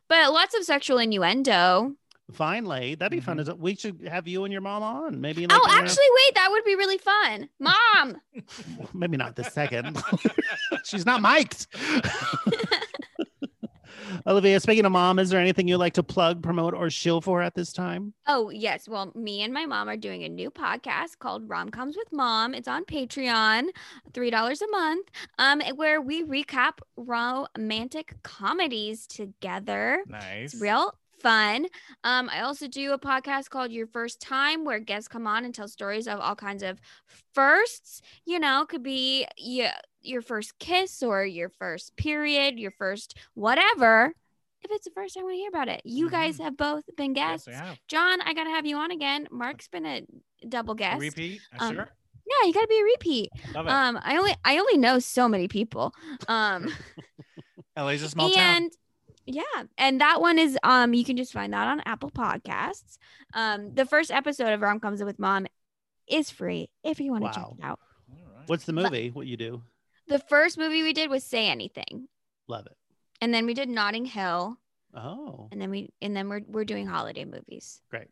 G: but lots of sexual innuendo.
E: Finally, that'd be fun.
F: Mm-hmm.
E: As, we should have you and your mom on. Maybe. like,
G: Oh,
E: you know,
G: actually, wait, that would be really fun, mom.
E: maybe not the second. She's not mic'd. Olivia, speaking of mom, is there anything you'd like to plug, promote, or shill for at this time?
G: Oh, yes. Well, me and my mom are doing a new podcast called Romcoms with Mom. It's on Patreon, $3 a month, um, where we recap romantic comedies together.
F: Nice.
G: It's real fun. Um, I also do a podcast called Your First Time, where guests come on and tell stories of all kinds of firsts. You know, could be yeah, your first kiss or your first period, your first whatever. If it's the first time we hear about it, you guys have both been guests.
F: Mm-hmm. Yes, we have.
G: John, I gotta have you on again. Mark's been a double guest.
F: Repeat. Uh,
G: Um,
F: sure.
G: Yeah, you gotta be a repeat.
F: Love it.
G: Um, I only I only know so many people. Um,
F: LA's a small town.
G: and yeah, and that one is um you can just find that on Apple Podcasts. Um, the first episode of Rom Comes with Mom is free if you want to check
E: Wow.
G: it out.
F: All right.
E: What's the
G: But-
E: movie? What you do?
G: The first movie we did was Say Anything,
E: Love it.
G: and then we did Notting Hill,
E: Oh,
G: and then we and then we're we're doing holiday movies.
E: Great.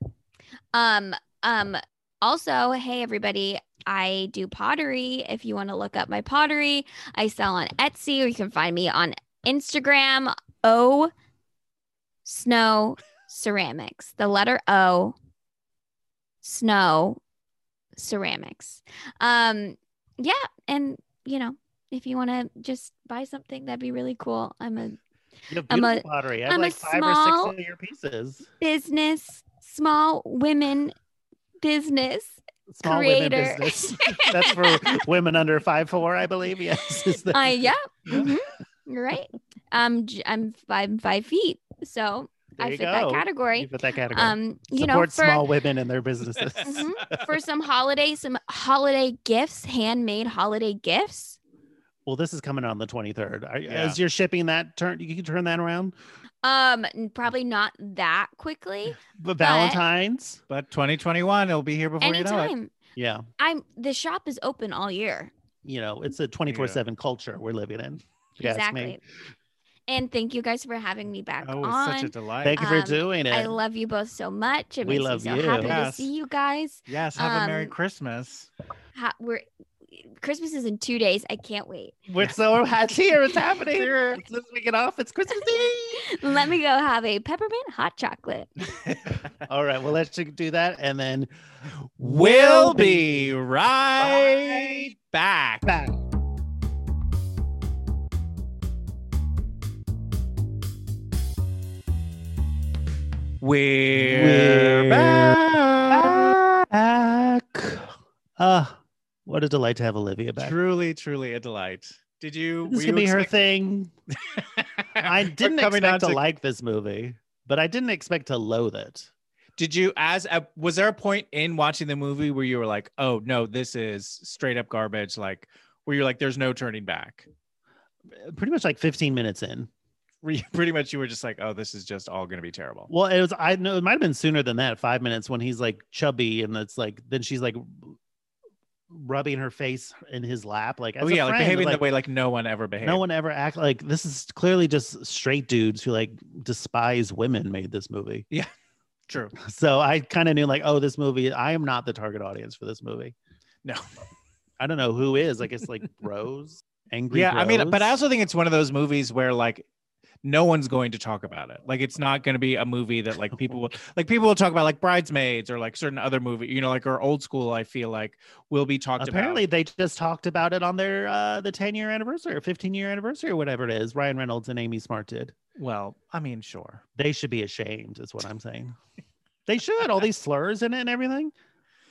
G: Um um also, hey everybody, I do pottery. If you want to look up my pottery, I sell on Etsy or you can find me on Instagram O Snow Ceramics. The letter O Snow Ceramics. Um yeah, and you know, if you want to just buy something, that'd be really cool. I'm a
E: you have
G: I'm a-
E: beautiful pottery. I have
G: I'm a
E: like five or
G: small-
E: six of your pieces.
G: business, small women business.
E: Small women
G: Creator.
E: business. That's for women under five four, I believe. Yes. is the-
G: I yeah,
E: Yeah.
G: mhm, you're right. Um, j- I'm five five feet, so
E: There
G: I
E: you
G: fit that
E: go.
G: category.
E: You fit that category.
G: Um, you know,
E: Support
G: for
E: small women and their businesses.
G: mhm, for some holiday, some holiday gifts, handmade holiday gifts.
E: Well, this is coming on the 23rd. Are,
F: Yeah.
E: Is your shipping that turn? You can turn that around.
G: Um, n- probably not that quickly.
E: But Valentine's.
F: But 2021, it'll be here before you know it.
G: Anytime.
E: Yeah.
G: I'm the shop is open all year.
E: You know, it's a 24 7 culture we're living in. if you ask me.
G: exactly. And thank you guys for having me back
F: Oh,
G: on.
F: it's such a delight.
E: Thank you for
G: Um,
E: doing it.
G: I love you both so much. It
E: We
G: makes
E: love
G: me so
E: you.
G: happy
F: Yes.
G: to see you guys.
F: yes. Have a Merry
G: um,
F: Christmas.
G: Ha- we're Christmas is in two days. I can't wait.
E: We're so happy here. It's happening. It's this weekend off. It's Christmas Eve.
G: Let me go have a peppermint hot chocolate.
E: All right. Well, let's do that. And then
F: We'll be right back.
E: back.
F: We're,
E: We're
F: back.
E: Uh, what a delight to have Olivia back.
F: Truly, truly a delight. Did you?
E: This
F: were
E: is going to
F: you
E: be her
F: expect-
E: thing. I
F: We're
E: didn't
F: coming on
E: expect to, like this movie, but I didn't expect to loathe it.
F: Did you? As a, was there a point in watching the movie where you were like, "Oh no, this is straight up garbage"? Like, where you're like, "There's no turning back."
E: Pretty much like 15 minutes in.
F: were you- pretty much you were just like, oh, this is just all going to be terrible.
E: Well, it was I know it might have been sooner than that, five minutes when he's like chubby and it's like then she's like rubbing her face in his lap, like as
F: oh
E: a
F: yeah, like
E: friend,
F: behaving
E: like,
F: the way like no one ever behaved.
E: no one ever act like this is clearly just straight dudes who like despise women made this movie.
F: True.
E: So I kind of knew like, oh, this movie, I am not the target audience for this movie.
F: No.
E: I don't know who is. I guess like Rose, angry.
F: Yeah, I mean, but I
E: Rose?
F: also think it's one of those movies where like no one's going to talk about it. Like it's not going to be a movie that like people will like people will talk about like Bridesmaids or like certain other movie, you know, like or old school. I feel like will be talked
E: apparently
F: about.
E: they just talked about it on their uh the 10 year anniversary or 15 year anniversary or whatever it is. Ryan Reynolds and Amy Smart did.
F: Well, I mean, sure.
E: They should be ashamed, is what I'm saying. they should. All these slurs in it and everything.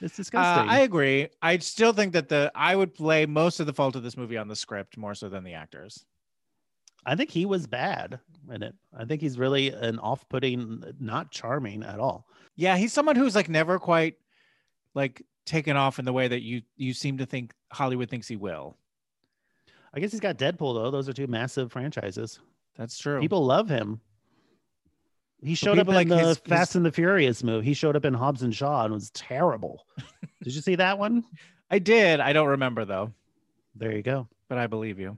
E: It's
F: Uh,
E: disgusting.
F: I agree. I still think that the I would play most of the fault of this movie on the script more so than the actors.
E: I think he was bad in it. I think he's really an off-putting, not charming at all.
F: Yeah, he's someone who's like never quite like taken off in the way that you you seem to think Hollywood thinks he will.
E: I guess he's got Deadpool though. Those are two massive franchises.
F: That's true.
E: People love him. He showed up
F: people
E: in
F: like
E: the
F: his-
E: Fast
F: his-
E: and the Furious movie. He showed up in Hobbs and Shaw and was terrible. Did you see that one?
F: I did. I don't remember though.
E: There you go.
F: but I believe you.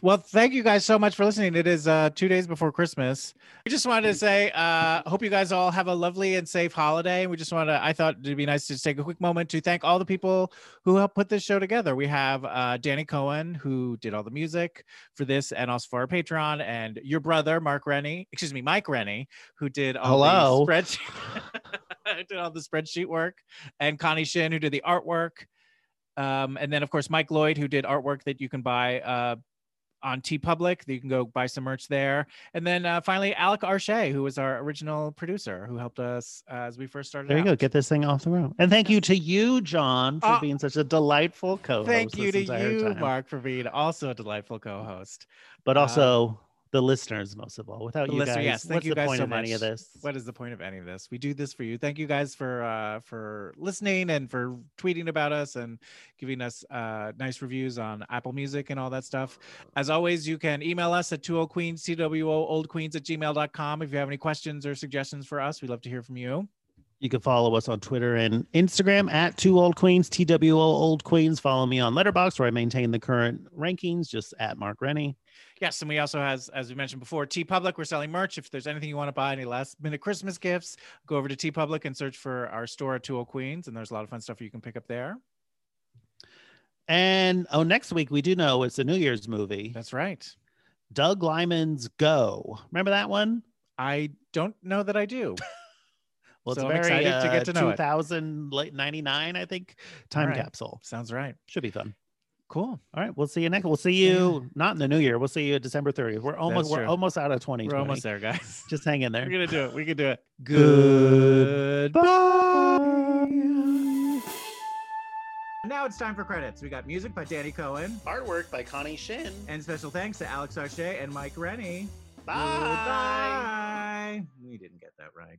F: Well, thank you guys so much for listening. It is uh, two days before Christmas. We just wanted to say, uh, hope you guys all have a lovely and safe holiday. We just want to, I thought it'd be nice to just take a quick moment to thank all the people who helped put this show together. We have uh, Danny Cohen, who did all the music for this and also for our Patreon, and your brother, Mark Rennie, excuse me, Mike Rennie, who did all
E: Hello.
F: the spreadsheet. did all the spreadsheet work and Connie Shin who did the artwork um, and then of course Mike Lloyd, who did artwork that you can buy uh, on T Public. You can go buy some merch there. And then uh, finally Alec Arche, who was our original producer, who helped us uh, as we first started.
E: There you
F: out.
E: go. Get this thing off the ground. And thank you to you, John, for
F: Uh,
E: being such a delightful co-host.
F: Thank you to
E: this entire
F: you,
E: time.
F: Mark, for being also a delightful co-host.
E: But
F: Uh,
E: also the listeners, most of all. Without
F: the
E: you
F: listener-
E: guys,
F: yes, thank
E: what's
F: you
E: the
F: guys
E: point
F: so
E: of any of
F: much.
E: this?
F: What is the point of any of this? We do this for you. Thank you guys for uh, for listening and for tweeting about us and giving us uh, nice reviews on Apple Music and all that stuff. As always, you can email us at 20 queens, CWO old queens at gmail.com. If you have any questions or suggestions for us, we'd love to hear from you.
E: You can follow us on Twitter and Instagram at Two Old Queens, TWO Old Queens. Follow me on Letterbox where I maintain the current rankings, just at Mark Rennie.
F: Yes, and we also has, as we mentioned before, T Public. We're selling merch. If there's anything you want to buy, any last minute Christmas gifts, go over to T Public and search for our store at 20 Queens, and there's a lot of fun stuff you can pick up there.
E: And oh, next week we do know it's a New Year's movie,
F: That's right.
E: Doug Lyman's Go. Remember that one?
F: I don't know that I do.
E: Well, it's
F: So I'm
E: very
F: excited to
E: uh,
F: get to know it.
E: 2000 late 99, I think, time
F: All right.
E: capsule.
F: Sounds right.
E: Should be fun.
F: Cool.
E: All right, we'll see you next. We'll see you not in the New Year. We'll see you December 30th. We're almost we're
F: true.
E: almost out of 2020.
F: We're almost there, guys.
E: Just hang in
F: We're
E: there.
F: gonna do it. We can do it.
E: Goodbye.
F: Now it's time for credits. We got music by Danny Cohen,
E: Artwork by Connie Shin.
F: and special thanks to Alex Arche and Mike Rennie.
E: Bye.
F: Goodbye. We didn't get that right.